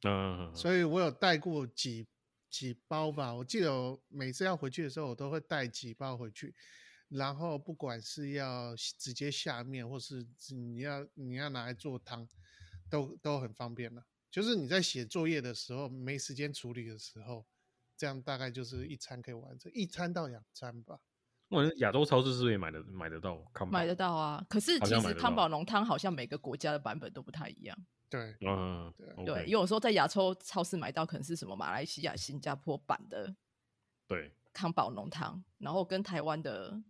[SPEAKER 2] 嗯，以
[SPEAKER 4] 所以我有带过几几包吧。我记得我每次要回去的时候，我都会带几包回去。然后不管是要下直接下面，或是你要你要拿来做汤，都都很方便了。就是你在写作业的时候，没时间处理的时候，这样大概就是一餐可以完成，一餐到两餐吧。
[SPEAKER 2] 我亚洲超市是不是也买得买得到？康宝
[SPEAKER 3] 买得到啊，可是
[SPEAKER 2] 嗯好
[SPEAKER 3] 其
[SPEAKER 2] 像买
[SPEAKER 3] 实
[SPEAKER 2] 得
[SPEAKER 3] 康
[SPEAKER 2] 到
[SPEAKER 3] 宝浓汤好像每个国家的版本都不太一样。
[SPEAKER 4] 对，
[SPEAKER 2] 嗯，
[SPEAKER 4] 对
[SPEAKER 2] 嗯
[SPEAKER 3] 对，
[SPEAKER 2] ，OK，
[SPEAKER 3] 有时候在亚洲超市买到可能是什么马来西亚、新加坡版的
[SPEAKER 2] 对，
[SPEAKER 3] 康宝浓汤，然后跟台湾的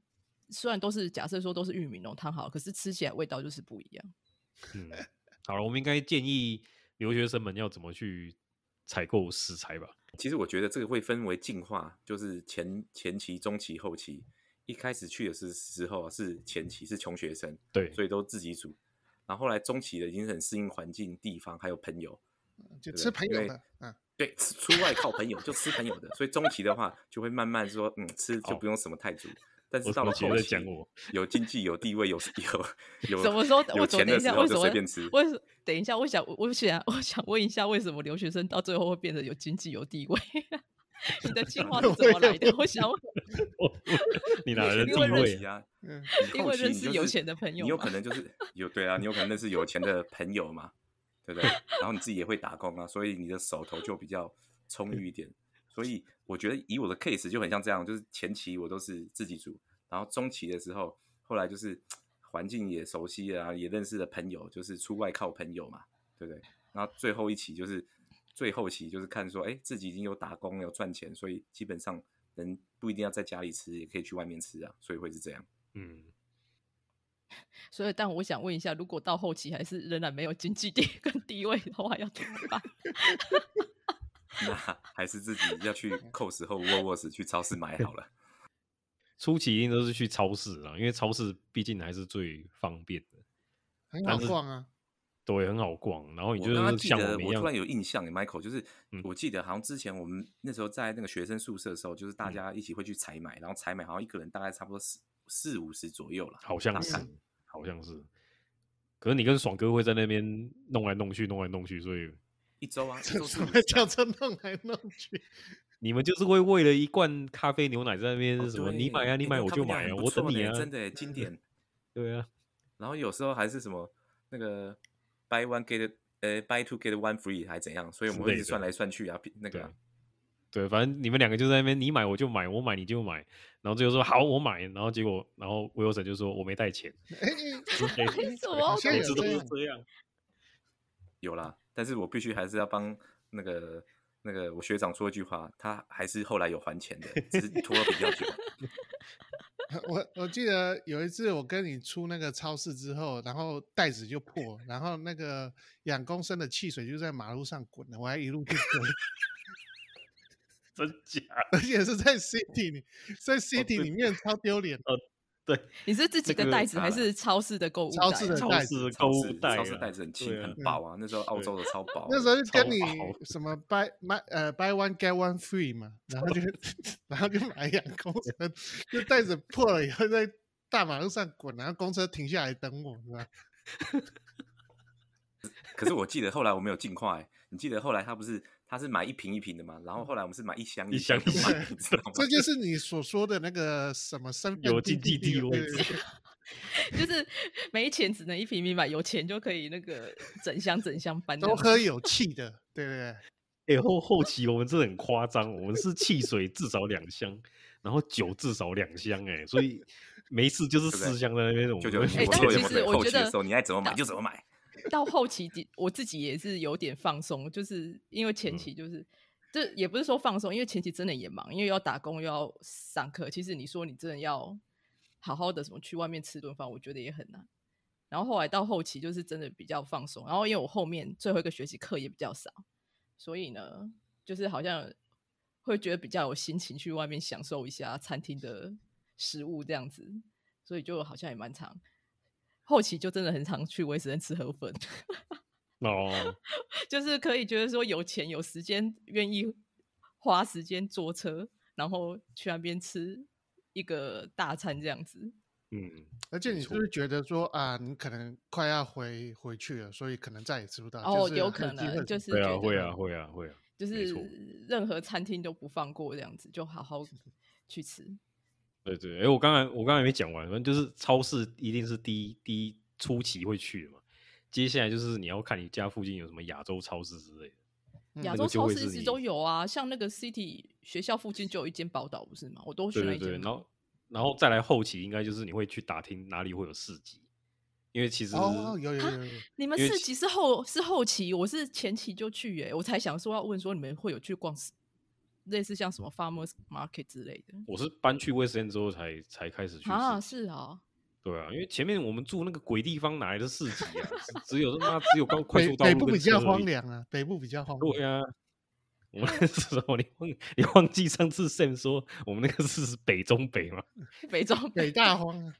[SPEAKER 3] 虽然都是假设说都是玉米浓汤好，可是吃起来味道就是不一样。
[SPEAKER 2] 嗯，好了，我们应该建议留学生们要怎么去采购食材吧？
[SPEAKER 1] 其实我觉得这个会分为进化，就是前前期、中期、后期。一开始去的是时候啊，是前期是穷学生，
[SPEAKER 2] 对，
[SPEAKER 1] 所以都自己煮。然后后来中期的已经很适应环境、地方还有朋友，
[SPEAKER 4] 就
[SPEAKER 1] 对
[SPEAKER 4] 吃朋
[SPEAKER 1] 因
[SPEAKER 4] 友
[SPEAKER 1] 为
[SPEAKER 4] 的，嗯，
[SPEAKER 1] 对，吃出外靠朋友就吃朋友的，所以中期的话就会慢慢说，嗯，吃就不用什么太足。但是
[SPEAKER 2] 我
[SPEAKER 1] 到了
[SPEAKER 2] 怎么
[SPEAKER 1] 后
[SPEAKER 2] 觉得
[SPEAKER 1] 期
[SPEAKER 2] 讲我
[SPEAKER 1] 有经济、有地位、有 <laughs> 有有
[SPEAKER 3] 什 <laughs> 么时候？
[SPEAKER 1] 有
[SPEAKER 3] 我怎么
[SPEAKER 1] 钱
[SPEAKER 3] 等
[SPEAKER 1] 的
[SPEAKER 3] 一
[SPEAKER 1] 时
[SPEAKER 3] 下？
[SPEAKER 1] 候
[SPEAKER 3] 为什
[SPEAKER 1] 就
[SPEAKER 3] 么
[SPEAKER 1] 随便吃？
[SPEAKER 3] 为什等一下？ <laughs> 我想，我想，我想问一下，为什么留学生到最后会变得有经济、有地位？你的进化是怎么来 <laughs> 的？我想问，
[SPEAKER 2] 你哪来的
[SPEAKER 3] 因
[SPEAKER 2] 地
[SPEAKER 3] 为认
[SPEAKER 2] 位
[SPEAKER 1] 识
[SPEAKER 2] 啊？
[SPEAKER 1] 啊？
[SPEAKER 4] 嗯
[SPEAKER 1] 你
[SPEAKER 3] 因
[SPEAKER 1] 后
[SPEAKER 3] 为
[SPEAKER 1] 期
[SPEAKER 3] 认
[SPEAKER 1] 你
[SPEAKER 3] 识
[SPEAKER 1] 就
[SPEAKER 3] 有
[SPEAKER 1] 是
[SPEAKER 3] 钱的朋友
[SPEAKER 1] 你有
[SPEAKER 3] 嘛
[SPEAKER 1] 可能就是 <laughs> 有对啊，你有可能认识有钱的朋友嘛，对不对？然后你自己也会打工啊，所以你的手头就比较充裕一点。所以我觉得以我的 case 就很像这样，就是前期我都是自己煮，然后中期的时候，后来就是环境也熟悉了啊，也认识了朋友，就是出外靠朋友嘛，对不对？然后最后一期就是最后期就是看说，哎，自己已经有打工了有赚钱，所以基本上能不一定要在家里吃，也可以去外面吃啊，所以会是这样。
[SPEAKER 2] 嗯，
[SPEAKER 3] 所以，但我想问一下，如果到后期还是仍然没有经济地位跟地位的话，要怎么办？
[SPEAKER 1] <laughs> 那还是自己要
[SPEAKER 4] <laughs>
[SPEAKER 1] 去 Cos 或 Woolworths 去超市买好了。
[SPEAKER 2] 初期一定都是去超市啊，因为超市毕竟还是最方便的。
[SPEAKER 4] 很
[SPEAKER 2] 但
[SPEAKER 4] 好
[SPEAKER 2] 是
[SPEAKER 4] 逛啊。
[SPEAKER 2] 对，很好逛。然后你
[SPEAKER 1] 我
[SPEAKER 2] 就
[SPEAKER 1] 刚刚
[SPEAKER 2] 是
[SPEAKER 1] 记
[SPEAKER 2] 像
[SPEAKER 1] 得，
[SPEAKER 2] 们一
[SPEAKER 1] 我
[SPEAKER 2] 样
[SPEAKER 1] 突，然有印象，Michael，就是
[SPEAKER 2] 嗯
[SPEAKER 1] 我记得好像之前我们那时候在那个学生宿舍的时候，就是
[SPEAKER 2] 嗯
[SPEAKER 1] 大家一起会去采买，然后采买好像一个人大概差不多四四五十左
[SPEAKER 4] <laughs>
[SPEAKER 1] 右了，
[SPEAKER 2] 好像
[SPEAKER 1] 大
[SPEAKER 2] 是
[SPEAKER 1] 概，
[SPEAKER 2] 好像是。可是你跟爽哥会在那边弄来弄去，弄来弄去，所以
[SPEAKER 1] 一周啊，一
[SPEAKER 4] <laughs> 这
[SPEAKER 1] 周四
[SPEAKER 4] 什
[SPEAKER 1] 五
[SPEAKER 4] 么
[SPEAKER 1] 十
[SPEAKER 4] 叫
[SPEAKER 1] 啊。
[SPEAKER 4] 做弄来弄去？ <laughs>
[SPEAKER 2] 你们就是会为了一罐咖啡牛奶在那边什么，
[SPEAKER 1] 哦对
[SPEAKER 2] 你买啊，你
[SPEAKER 1] 诶
[SPEAKER 2] 买
[SPEAKER 1] 那
[SPEAKER 2] 我
[SPEAKER 1] 咖
[SPEAKER 2] 就
[SPEAKER 1] 啡量
[SPEAKER 2] 买啊，
[SPEAKER 1] 很不
[SPEAKER 2] 我等
[SPEAKER 1] 错
[SPEAKER 2] 你
[SPEAKER 1] 呢
[SPEAKER 2] 啊，
[SPEAKER 1] 真的耶经典。
[SPEAKER 2] 对啊，
[SPEAKER 1] 然后有时候还是什么那个 buy one get 呃 buy two get one free 还怎样，所以我们
[SPEAKER 2] 之类
[SPEAKER 1] 会一直
[SPEAKER 2] 的
[SPEAKER 1] 算来算去啊，那个
[SPEAKER 2] 对
[SPEAKER 1] 啊
[SPEAKER 2] 对，反正你们两个就在那边，你买我就买，我买你就买，然后最后说好我买，然后结果然后 Wilson 就说我没带钱，
[SPEAKER 4] 哎，
[SPEAKER 2] 之类的
[SPEAKER 3] 为什么
[SPEAKER 4] 好像
[SPEAKER 2] 每
[SPEAKER 4] 有
[SPEAKER 2] 次都
[SPEAKER 4] 这
[SPEAKER 2] 是
[SPEAKER 4] <laughs> 样
[SPEAKER 2] 这样，
[SPEAKER 1] 有啦，但是我必须还是要帮那个那个我学长说一句话，他还是后来有还钱的，只是拖了比较久。
[SPEAKER 4] 我我记得有一次我跟你出那个超市之后，然后袋子就破，然后那个两公升的汽水就在马路上滚了，我还一路去追，
[SPEAKER 2] 真假？
[SPEAKER 4] <laughs> 而且是在 city 里，在 city
[SPEAKER 2] 对
[SPEAKER 4] 里面超丢脸。
[SPEAKER 2] 对，
[SPEAKER 3] 你是自己
[SPEAKER 2] 那
[SPEAKER 3] 的
[SPEAKER 2] 个
[SPEAKER 3] 袋子
[SPEAKER 1] 差
[SPEAKER 3] 还
[SPEAKER 1] 了
[SPEAKER 3] 是超市的购物
[SPEAKER 4] 超
[SPEAKER 3] 袋
[SPEAKER 4] 市的
[SPEAKER 3] 啊 <laughs>
[SPEAKER 2] 超
[SPEAKER 4] 袋
[SPEAKER 2] 市的购
[SPEAKER 1] 超
[SPEAKER 2] 物
[SPEAKER 1] 市
[SPEAKER 2] 袋啊，
[SPEAKER 1] 超市袋子很轻
[SPEAKER 2] 对啊
[SPEAKER 1] 很薄啊，那时候澳洲的超薄的。
[SPEAKER 4] 那时候就
[SPEAKER 2] 超
[SPEAKER 4] 跟你
[SPEAKER 2] 薄
[SPEAKER 4] 什么 buy 买呃 buy one get one free 嘛，然后就 <laughs> 然后就买两公升，就袋子破了以后在大马路上滚，然后公车停下来等我，
[SPEAKER 2] <laughs>
[SPEAKER 4] 是吧？
[SPEAKER 1] 可是我记得后来我没有进化、欸，你记得后来他不是他是买一瓶一瓶的嘛，然后后来我们是买一箱
[SPEAKER 2] 一箱
[SPEAKER 1] 的
[SPEAKER 2] 一
[SPEAKER 1] 嘛
[SPEAKER 2] 箱
[SPEAKER 1] 你知道吗？
[SPEAKER 4] 这就是你所说的那个什么身份
[SPEAKER 2] 有
[SPEAKER 4] 地
[SPEAKER 2] 经济
[SPEAKER 4] 地
[SPEAKER 2] 地
[SPEAKER 4] 位
[SPEAKER 2] 位
[SPEAKER 4] 对对对
[SPEAKER 3] 就是没钱只能一瓶瓶买，有钱就可以那个整箱整箱搬这
[SPEAKER 4] 都
[SPEAKER 3] 样子。
[SPEAKER 4] 喝有
[SPEAKER 2] <laughs>
[SPEAKER 4] 气的，对不对？
[SPEAKER 2] 哎、后后期我们真的很夸张，我们是汽水至少两箱，然后酒至少两箱、哎，所以没事就是
[SPEAKER 1] 对不对
[SPEAKER 2] 四箱在那边，我
[SPEAKER 1] 就
[SPEAKER 2] 们
[SPEAKER 1] 就
[SPEAKER 2] 会
[SPEAKER 3] 哎
[SPEAKER 1] 我
[SPEAKER 3] 但
[SPEAKER 1] 说有
[SPEAKER 3] 其
[SPEAKER 1] 没有
[SPEAKER 3] 实
[SPEAKER 1] 对
[SPEAKER 3] 我
[SPEAKER 1] 后
[SPEAKER 3] 觉
[SPEAKER 1] 期的
[SPEAKER 3] 得
[SPEAKER 1] 时候，你爱怎么买
[SPEAKER 3] 到
[SPEAKER 1] 就怎么买。
[SPEAKER 3] 到后期的，我自己也是有点放松，就是因为前
[SPEAKER 2] 嗯
[SPEAKER 3] 期就是，这、也不是说放松，因为前期真的也忙，因为要打工又要上课。其实你说你真的要好好的什么去外面吃顿饭，我觉得也很难。然后后来到后期就是真的比较放松，然后因为我后面最后一个学期课也比较少，所以呢，就是好像会觉得比较有心情去外面享受一下餐厅的食物这样子，所以就好像也蛮常。后期就真的很常去威斯恩吃河粉， <laughs>
[SPEAKER 2] 哦，
[SPEAKER 3] 就是可以觉得说有钱有时间，愿意花时间坐车，然后去那边吃一个大餐这样子。
[SPEAKER 2] 嗯，
[SPEAKER 4] 而且你是不是觉得说啊，你可能快要回回去了，所以可能再也吃不到？
[SPEAKER 3] 哦，
[SPEAKER 4] 啊就是
[SPEAKER 3] 有
[SPEAKER 4] 有
[SPEAKER 3] 可
[SPEAKER 4] 机会
[SPEAKER 3] 能就是
[SPEAKER 2] 会
[SPEAKER 3] 觉
[SPEAKER 2] 啊，
[SPEAKER 3] 得
[SPEAKER 2] 会啊，，会啊，会啊，
[SPEAKER 3] 就
[SPEAKER 2] 没
[SPEAKER 3] 是
[SPEAKER 2] 错
[SPEAKER 3] 任何餐厅都不放过这样子，就好好去吃。
[SPEAKER 4] 嗯
[SPEAKER 2] 对对，哎、我刚才我刚才没讲完，反正就是超市一定是第一第一初期会去的嘛，接下来就是你要看你家附近有什么亚洲超市之类的，
[SPEAKER 4] 嗯
[SPEAKER 3] 亚
[SPEAKER 2] 那
[SPEAKER 3] 洲
[SPEAKER 2] 个就
[SPEAKER 3] 超
[SPEAKER 2] 会
[SPEAKER 3] 市
[SPEAKER 2] 是
[SPEAKER 3] 一直
[SPEAKER 2] 你
[SPEAKER 3] 都有啊，像那个 City 学校附近就有一间宝岛，不是吗？我都去
[SPEAKER 2] 对
[SPEAKER 3] 那
[SPEAKER 2] 对
[SPEAKER 3] 一
[SPEAKER 2] 对，
[SPEAKER 3] 间
[SPEAKER 2] 然
[SPEAKER 3] 买。
[SPEAKER 2] 后然后再来后期应该就是你会去打听哪里会有市集，因为其实
[SPEAKER 4] 哦，有有有有有，
[SPEAKER 3] 你们
[SPEAKER 2] 因为
[SPEAKER 3] 市
[SPEAKER 2] 其
[SPEAKER 3] 集是后是后期，我是前期就去耶、我才想说要问说你们会有去逛市类似像什么 farmers market 之类的。
[SPEAKER 2] 我是搬去卫生之后才才开始去
[SPEAKER 3] 啊，
[SPEAKER 2] 市集
[SPEAKER 3] 是啊，
[SPEAKER 2] 对啊，因为前面我们住那个鬼地方，哪来的市集啊？
[SPEAKER 4] <laughs>
[SPEAKER 2] 只只有他妈只有高快
[SPEAKER 4] 北
[SPEAKER 2] 速道
[SPEAKER 4] 北
[SPEAKER 2] 路
[SPEAKER 4] 部
[SPEAKER 2] 跟
[SPEAKER 4] 比较
[SPEAKER 2] 车而
[SPEAKER 4] 荒
[SPEAKER 2] 已。
[SPEAKER 4] 凉啊，北部比较荒
[SPEAKER 2] 对
[SPEAKER 4] 凉。
[SPEAKER 2] 啊，我们 <laughs> 那时候你忘你忘记上次 Sam 说我们那个是北中北嘛？
[SPEAKER 3] 北中
[SPEAKER 4] 北大荒啊，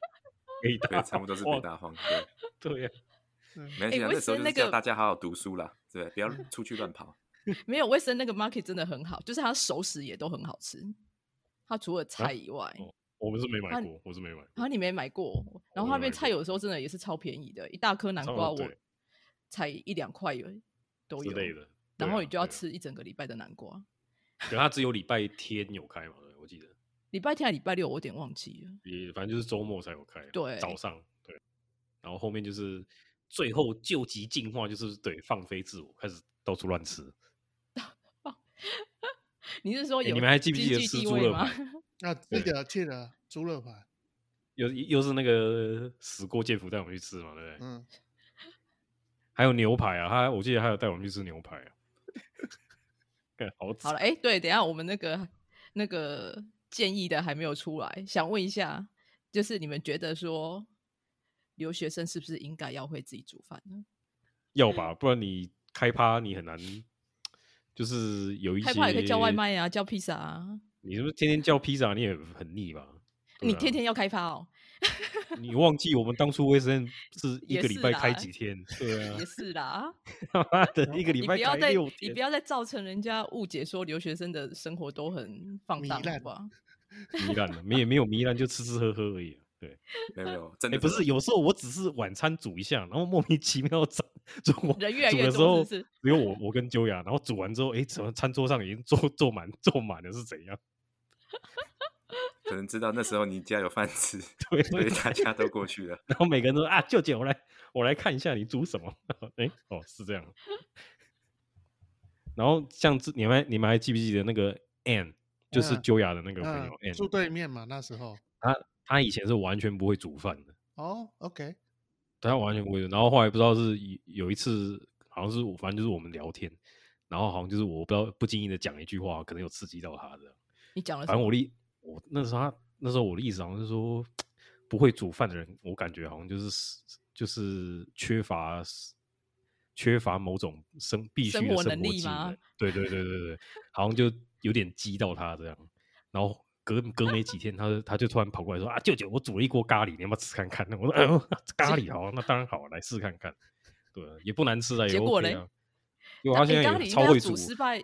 [SPEAKER 2] 北大
[SPEAKER 1] 对，差不多
[SPEAKER 2] <laughs>
[SPEAKER 1] 是北
[SPEAKER 2] 荒
[SPEAKER 1] 大荒。对，
[SPEAKER 2] 对啊，
[SPEAKER 4] 嗯
[SPEAKER 1] 没关系啊，
[SPEAKER 3] 我
[SPEAKER 1] 那时候
[SPEAKER 3] 是
[SPEAKER 1] 就
[SPEAKER 3] 那
[SPEAKER 1] 是叫
[SPEAKER 3] 个
[SPEAKER 1] 大家好好读书啦，对不对，不要出去乱跑。
[SPEAKER 3] <laughs> 没有卫生那个 market 真的很好，就是它熟食也都很好吃。它除了菜以外，
[SPEAKER 2] 哦我们是没买
[SPEAKER 3] 啊
[SPEAKER 2] 过，我是没买
[SPEAKER 3] 然后
[SPEAKER 2] 过。
[SPEAKER 3] 你没买过，然
[SPEAKER 2] 我
[SPEAKER 3] 后
[SPEAKER 2] 没
[SPEAKER 3] 那边
[SPEAKER 2] 买
[SPEAKER 3] 菜
[SPEAKER 2] 过
[SPEAKER 3] 有时候真的也是超便宜的，一大颗南
[SPEAKER 2] 超
[SPEAKER 3] 瓜我
[SPEAKER 2] 对
[SPEAKER 3] 才一两块有都
[SPEAKER 2] 之
[SPEAKER 3] 有，
[SPEAKER 2] 类的，
[SPEAKER 3] 然
[SPEAKER 2] 对
[SPEAKER 3] 后
[SPEAKER 2] 啊
[SPEAKER 3] 你就要。
[SPEAKER 2] 对啊
[SPEAKER 3] 吃一整个礼拜的南瓜。
[SPEAKER 2] 可它只有礼拜天有开嘛？对我记得，
[SPEAKER 3] 礼拜天还礼拜六，我有点忘记了。
[SPEAKER 2] 也反正就是周末才有开，啊
[SPEAKER 3] 对
[SPEAKER 2] 早上对，然后后面就是最后救急进化，就是对放飞自我，开始到处乱吃。
[SPEAKER 3] 你是说
[SPEAKER 2] 哎
[SPEAKER 3] 有
[SPEAKER 2] 你们还记不
[SPEAKER 3] 经
[SPEAKER 2] 记得
[SPEAKER 3] 济
[SPEAKER 2] 吃
[SPEAKER 3] 地
[SPEAKER 2] 猪
[SPEAKER 3] 位
[SPEAKER 2] 肋
[SPEAKER 3] 吗？
[SPEAKER 2] 排
[SPEAKER 4] 啊，记得记得猪肉排，
[SPEAKER 2] 又又是那个死锅剑福带我们去吃嘛，对不对？
[SPEAKER 4] 嗯，
[SPEAKER 2] 还有牛排啊，他我记得还有带我们去吃牛排啊， <laughs> 干好
[SPEAKER 3] 好
[SPEAKER 2] 惨
[SPEAKER 3] 了，哎、对，等一下我们那个那个建议的还没有出来，想问一下，就是你们觉得说留学生是不是应该要会自己煮饭呢？
[SPEAKER 2] 要吧，不然你开趴你很难，就是有一些
[SPEAKER 3] 害怕也可以叫外，卖啊，叫披萨啊，
[SPEAKER 2] 你是不是天天叫披萨你也很腻吧？对
[SPEAKER 3] 你
[SPEAKER 2] 啊
[SPEAKER 3] 天天要开发哦，
[SPEAKER 2] 你忘记我们当初 VSN
[SPEAKER 3] <laughs>
[SPEAKER 2] 是一
[SPEAKER 3] 也
[SPEAKER 2] 个礼
[SPEAKER 3] 是
[SPEAKER 2] 拜开
[SPEAKER 3] 啦
[SPEAKER 2] 几天？ <laughs> 对啊
[SPEAKER 3] 也，是啦，
[SPEAKER 2] 他妈的，一个 <laughs>
[SPEAKER 3] 你
[SPEAKER 2] 礼
[SPEAKER 3] 不
[SPEAKER 2] 拜
[SPEAKER 3] 要
[SPEAKER 2] 开
[SPEAKER 3] 再
[SPEAKER 2] 六
[SPEAKER 3] 你
[SPEAKER 2] 天
[SPEAKER 3] 不，要再造成人家误解，说留学生的生活都很放
[SPEAKER 4] 糜
[SPEAKER 3] 荡
[SPEAKER 4] 烂
[SPEAKER 3] 吧？
[SPEAKER 2] 糜烂了，没有没有糜烂，就吃吃喝喝而已啊。
[SPEAKER 3] <laughs>
[SPEAKER 2] 对，
[SPEAKER 1] 没有没有，真
[SPEAKER 2] 哎，
[SPEAKER 1] 的
[SPEAKER 2] 不是，有时候我只是晚餐煮一下，然后莫名其妙煮煮完
[SPEAKER 3] 人越来
[SPEAKER 2] 煮
[SPEAKER 3] 越
[SPEAKER 2] 的时
[SPEAKER 3] 多
[SPEAKER 2] 候
[SPEAKER 3] 是不是
[SPEAKER 2] 只有我我跟秋雅，然后煮完之后，哎，怎么餐桌上已经坐坐满坐满了是怎样？ <laughs>
[SPEAKER 1] 可能知道那时候你家有饭吃，
[SPEAKER 2] 对
[SPEAKER 1] 所
[SPEAKER 2] <laughs>
[SPEAKER 1] 以大家都过去了。
[SPEAKER 2] 然后每个人都说啊，舅舅，我来我来看一下你煮什么。 <laughs> 哎、哦，是这样。 <laughs> 然后像之你们你们还记不记得那个 Ann，就是
[SPEAKER 4] 嗯
[SPEAKER 2] 秋雅的那个朋
[SPEAKER 4] 嗯
[SPEAKER 2] 友，Ann，、哎
[SPEAKER 4] 住对面嘛，那时候。
[SPEAKER 2] 她以前是完全不会煮饭的，
[SPEAKER 4] 哦，OK，
[SPEAKER 2] 她完全不会煮。然后后来不知道是有有一次，好像是我反正就是我们聊天，然后好像就是我不知道不经意的讲一句话，可能有刺激到她的。
[SPEAKER 3] 你讲了什
[SPEAKER 2] 反正
[SPEAKER 3] 么？
[SPEAKER 2] 我立我那时候他那时候我的意思好像是说，不会煮饭的人，我感觉好像就是是就是缺乏缺乏某种生必须
[SPEAKER 3] 生
[SPEAKER 2] 的
[SPEAKER 3] 活
[SPEAKER 2] 生
[SPEAKER 3] 能
[SPEAKER 2] 活
[SPEAKER 3] 力
[SPEAKER 2] 技
[SPEAKER 3] 吗
[SPEAKER 2] 能。对对对对对，好像就有点激到他这样。然后隔隔没几天，他就他就突然跑过来说：“啊，舅舅，我煮了一锅咖喱，你要不要吃看看？”我说：“ <laughs> 哎呦，咖喱好啊，那当然好啊，来试看看。”对啊，也不难吃啊，也
[SPEAKER 3] 结果
[SPEAKER 2] OK
[SPEAKER 3] 嘞
[SPEAKER 2] 啊。因为他
[SPEAKER 3] 但
[SPEAKER 2] 现
[SPEAKER 3] 诶
[SPEAKER 2] 在
[SPEAKER 3] 咖喱
[SPEAKER 2] 也
[SPEAKER 3] 应
[SPEAKER 2] 超
[SPEAKER 3] 该要
[SPEAKER 2] 会
[SPEAKER 3] 煮
[SPEAKER 2] <laughs>
[SPEAKER 3] 失败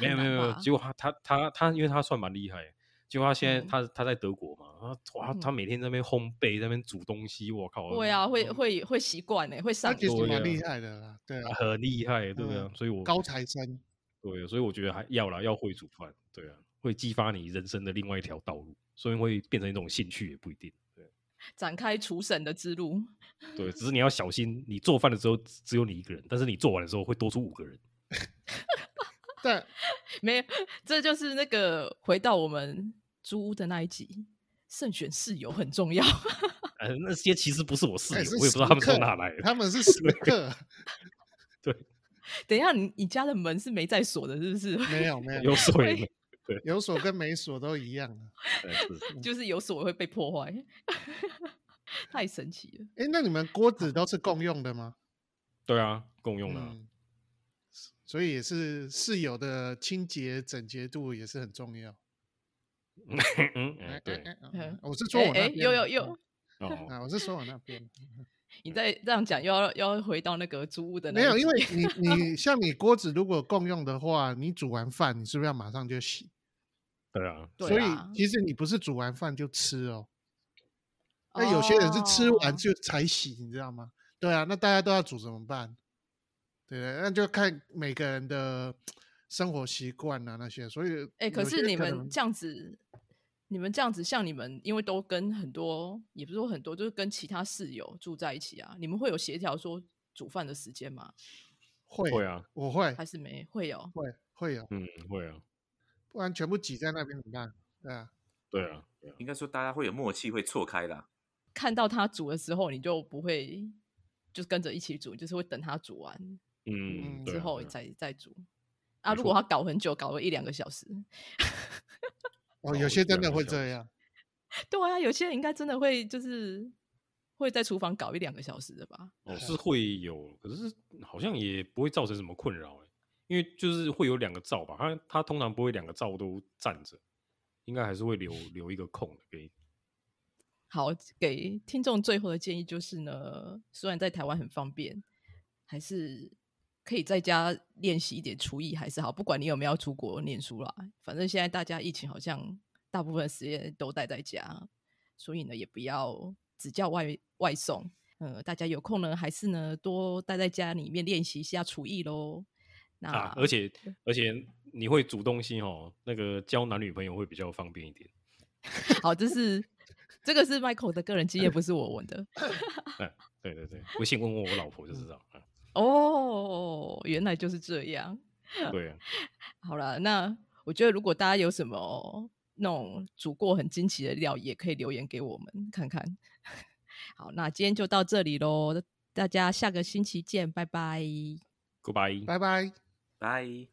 [SPEAKER 2] 没有
[SPEAKER 3] 很
[SPEAKER 2] 没有
[SPEAKER 3] 难
[SPEAKER 2] 没有，
[SPEAKER 3] 吧
[SPEAKER 2] 结果他他他他，因为他算蛮厉害，结果他现在、
[SPEAKER 3] 嗯
[SPEAKER 2] 他他在德国嘛，他哇他
[SPEAKER 3] 嗯
[SPEAKER 2] 每天在那边烘焙，在那边煮东西，我靠，
[SPEAKER 3] 会啊，会
[SPEAKER 2] 嗯
[SPEAKER 3] 会会习惯呢，会
[SPEAKER 4] 那
[SPEAKER 3] 上
[SPEAKER 4] 其实
[SPEAKER 3] 瘾。
[SPEAKER 2] 对啊
[SPEAKER 4] 蛮厉害的啦，对啊，
[SPEAKER 2] <laughs> 很厉害，对不对啊？
[SPEAKER 4] 嗯
[SPEAKER 2] 所以我
[SPEAKER 4] 高材生。
[SPEAKER 2] 对，所以我觉得还要啦，要会煮饭，对啊，会激发你人生的另外一条道路，所以会变成一种兴趣也不一定。对啊
[SPEAKER 3] 展开厨神的之路，
[SPEAKER 2] 对，只是你要小心，你做饭的时候只只有你一个人，但是你做完的时候会多出五个人。
[SPEAKER 4] 但
[SPEAKER 3] 没有，这就是那个回到我们租屋的那一集，慎选室友很重要。 <laughs>
[SPEAKER 2] 呃，那些其实不是我室友，
[SPEAKER 4] 哎是
[SPEAKER 2] 我也不知道他们
[SPEAKER 4] 食客
[SPEAKER 2] 从哪来的。<laughs>
[SPEAKER 4] 他们是食客，
[SPEAKER 3] 等一下，你你家的门是没在锁的，是不是？ <laughs>
[SPEAKER 4] 没有没有
[SPEAKER 2] 有，水
[SPEAKER 3] 会
[SPEAKER 2] 呢，
[SPEAKER 4] 有所跟没所都一样啊的。
[SPEAKER 2] 哎是是
[SPEAKER 3] 就是有锁会被破坏， <laughs> 太神奇了。
[SPEAKER 4] 哎，那你们锅子都是共用的吗？
[SPEAKER 2] 对啊，共用啊。
[SPEAKER 4] 嗯，所以也是室友的清洁整洁度也是很重要。
[SPEAKER 2] 嗯，
[SPEAKER 4] 哎
[SPEAKER 2] 哎，对，
[SPEAKER 4] 哎，哎
[SPEAKER 3] 嗯
[SPEAKER 4] 哎我是说
[SPEAKER 3] 哎哎
[SPEAKER 4] 我那，
[SPEAKER 3] 又
[SPEAKER 4] 边
[SPEAKER 3] 又
[SPEAKER 4] 啊
[SPEAKER 3] 又，
[SPEAKER 2] 哦
[SPEAKER 4] 嗯，啊，我是说我那边。
[SPEAKER 3] 你再这样讲，又要又要回到那个租屋的那
[SPEAKER 4] 没有，
[SPEAKER 3] 一
[SPEAKER 4] 因
[SPEAKER 3] 集
[SPEAKER 4] 为你你像你锅子如果共用的话，你煮完饭你是不是要马上就洗？
[SPEAKER 2] 对啊，
[SPEAKER 3] 对
[SPEAKER 4] 所以
[SPEAKER 3] 啦
[SPEAKER 4] 其实你不是煮完饭就吃哦，那有些人是吃完
[SPEAKER 3] 哦
[SPEAKER 4] 就才洗，你知道吗？对啊，那大家都要煮怎么办？对不对，那就看每个人的生活习惯啊那些。所以，
[SPEAKER 3] 哎、可是你们
[SPEAKER 4] 这
[SPEAKER 3] 这样子，你们这样子，像你们，因为都跟很多，也不是说很多，就是跟其他室友住在一起啊，你们会有协调说煮饭的时间吗？
[SPEAKER 4] 会
[SPEAKER 2] 会，啊，
[SPEAKER 4] 我会
[SPEAKER 3] 还是没会哦有？
[SPEAKER 4] 会会有，
[SPEAKER 2] 嗯，会啊，
[SPEAKER 4] 不然全部挤在那边怎么办？对啊，
[SPEAKER 2] 对啊，对啊，
[SPEAKER 1] 应该说大家会有默契，会错开啦。
[SPEAKER 3] 看到他煮的时候，你就不会就是跟着一起煮，就是会等他煮完
[SPEAKER 2] 嗯，
[SPEAKER 4] 嗯
[SPEAKER 2] 对
[SPEAKER 3] 之
[SPEAKER 2] 啊
[SPEAKER 3] 后
[SPEAKER 2] 对啊
[SPEAKER 3] 再、再煮。啊，
[SPEAKER 2] 没
[SPEAKER 3] 如果
[SPEAKER 2] 错
[SPEAKER 3] 他搞很久，搞了一两个小时， <laughs>
[SPEAKER 4] 哦，
[SPEAKER 2] 哦
[SPEAKER 4] 有些
[SPEAKER 2] 这
[SPEAKER 4] 真
[SPEAKER 2] 样
[SPEAKER 4] 的
[SPEAKER 2] 就
[SPEAKER 4] 会
[SPEAKER 2] 这
[SPEAKER 4] 这
[SPEAKER 2] 样
[SPEAKER 4] 样。
[SPEAKER 3] 对啊，有些人应该真的会就是会在厨房搞一两个小时的吧？
[SPEAKER 2] 哦是会有，可是好像也不会造成什么困扰欸，因为就是会有两个灶吧，他他通常不会两个灶都站着，应该还是会留留一个空的给你。
[SPEAKER 3] 好，给听众最后的建议就是呢，虽然在台湾很方便，还是可以在家练习一点厨艺还是好。不管你有没有要出国念书啦，反正现在大家疫情好像大部分时间都待在家，所以呢也不要只叫外外送。呃，大家有空呢，还是呢多待在家里面练习一下厨艺喽。那、
[SPEAKER 2] 啊，而且而且你会煮东西哦，那个交男女朋友会比较方便一点。
[SPEAKER 3] <laughs> 好，这是这个是 Michael 的个人经验，不是我问的。
[SPEAKER 2] 哎，对对对，微信问问我老婆就知道。啊
[SPEAKER 3] 哦，原来就是这样。
[SPEAKER 2] 对
[SPEAKER 3] <laughs>
[SPEAKER 2] 啊，
[SPEAKER 3] 好了，那我觉得如果大家有什么那种煮过很惊奇的料，也可以留言给我们看 <laughs> 看。好，那今天就到这里喽，大家下个星期见，拜拜。
[SPEAKER 2] ，Goodbye。
[SPEAKER 4] 拜拜。
[SPEAKER 1] 拜。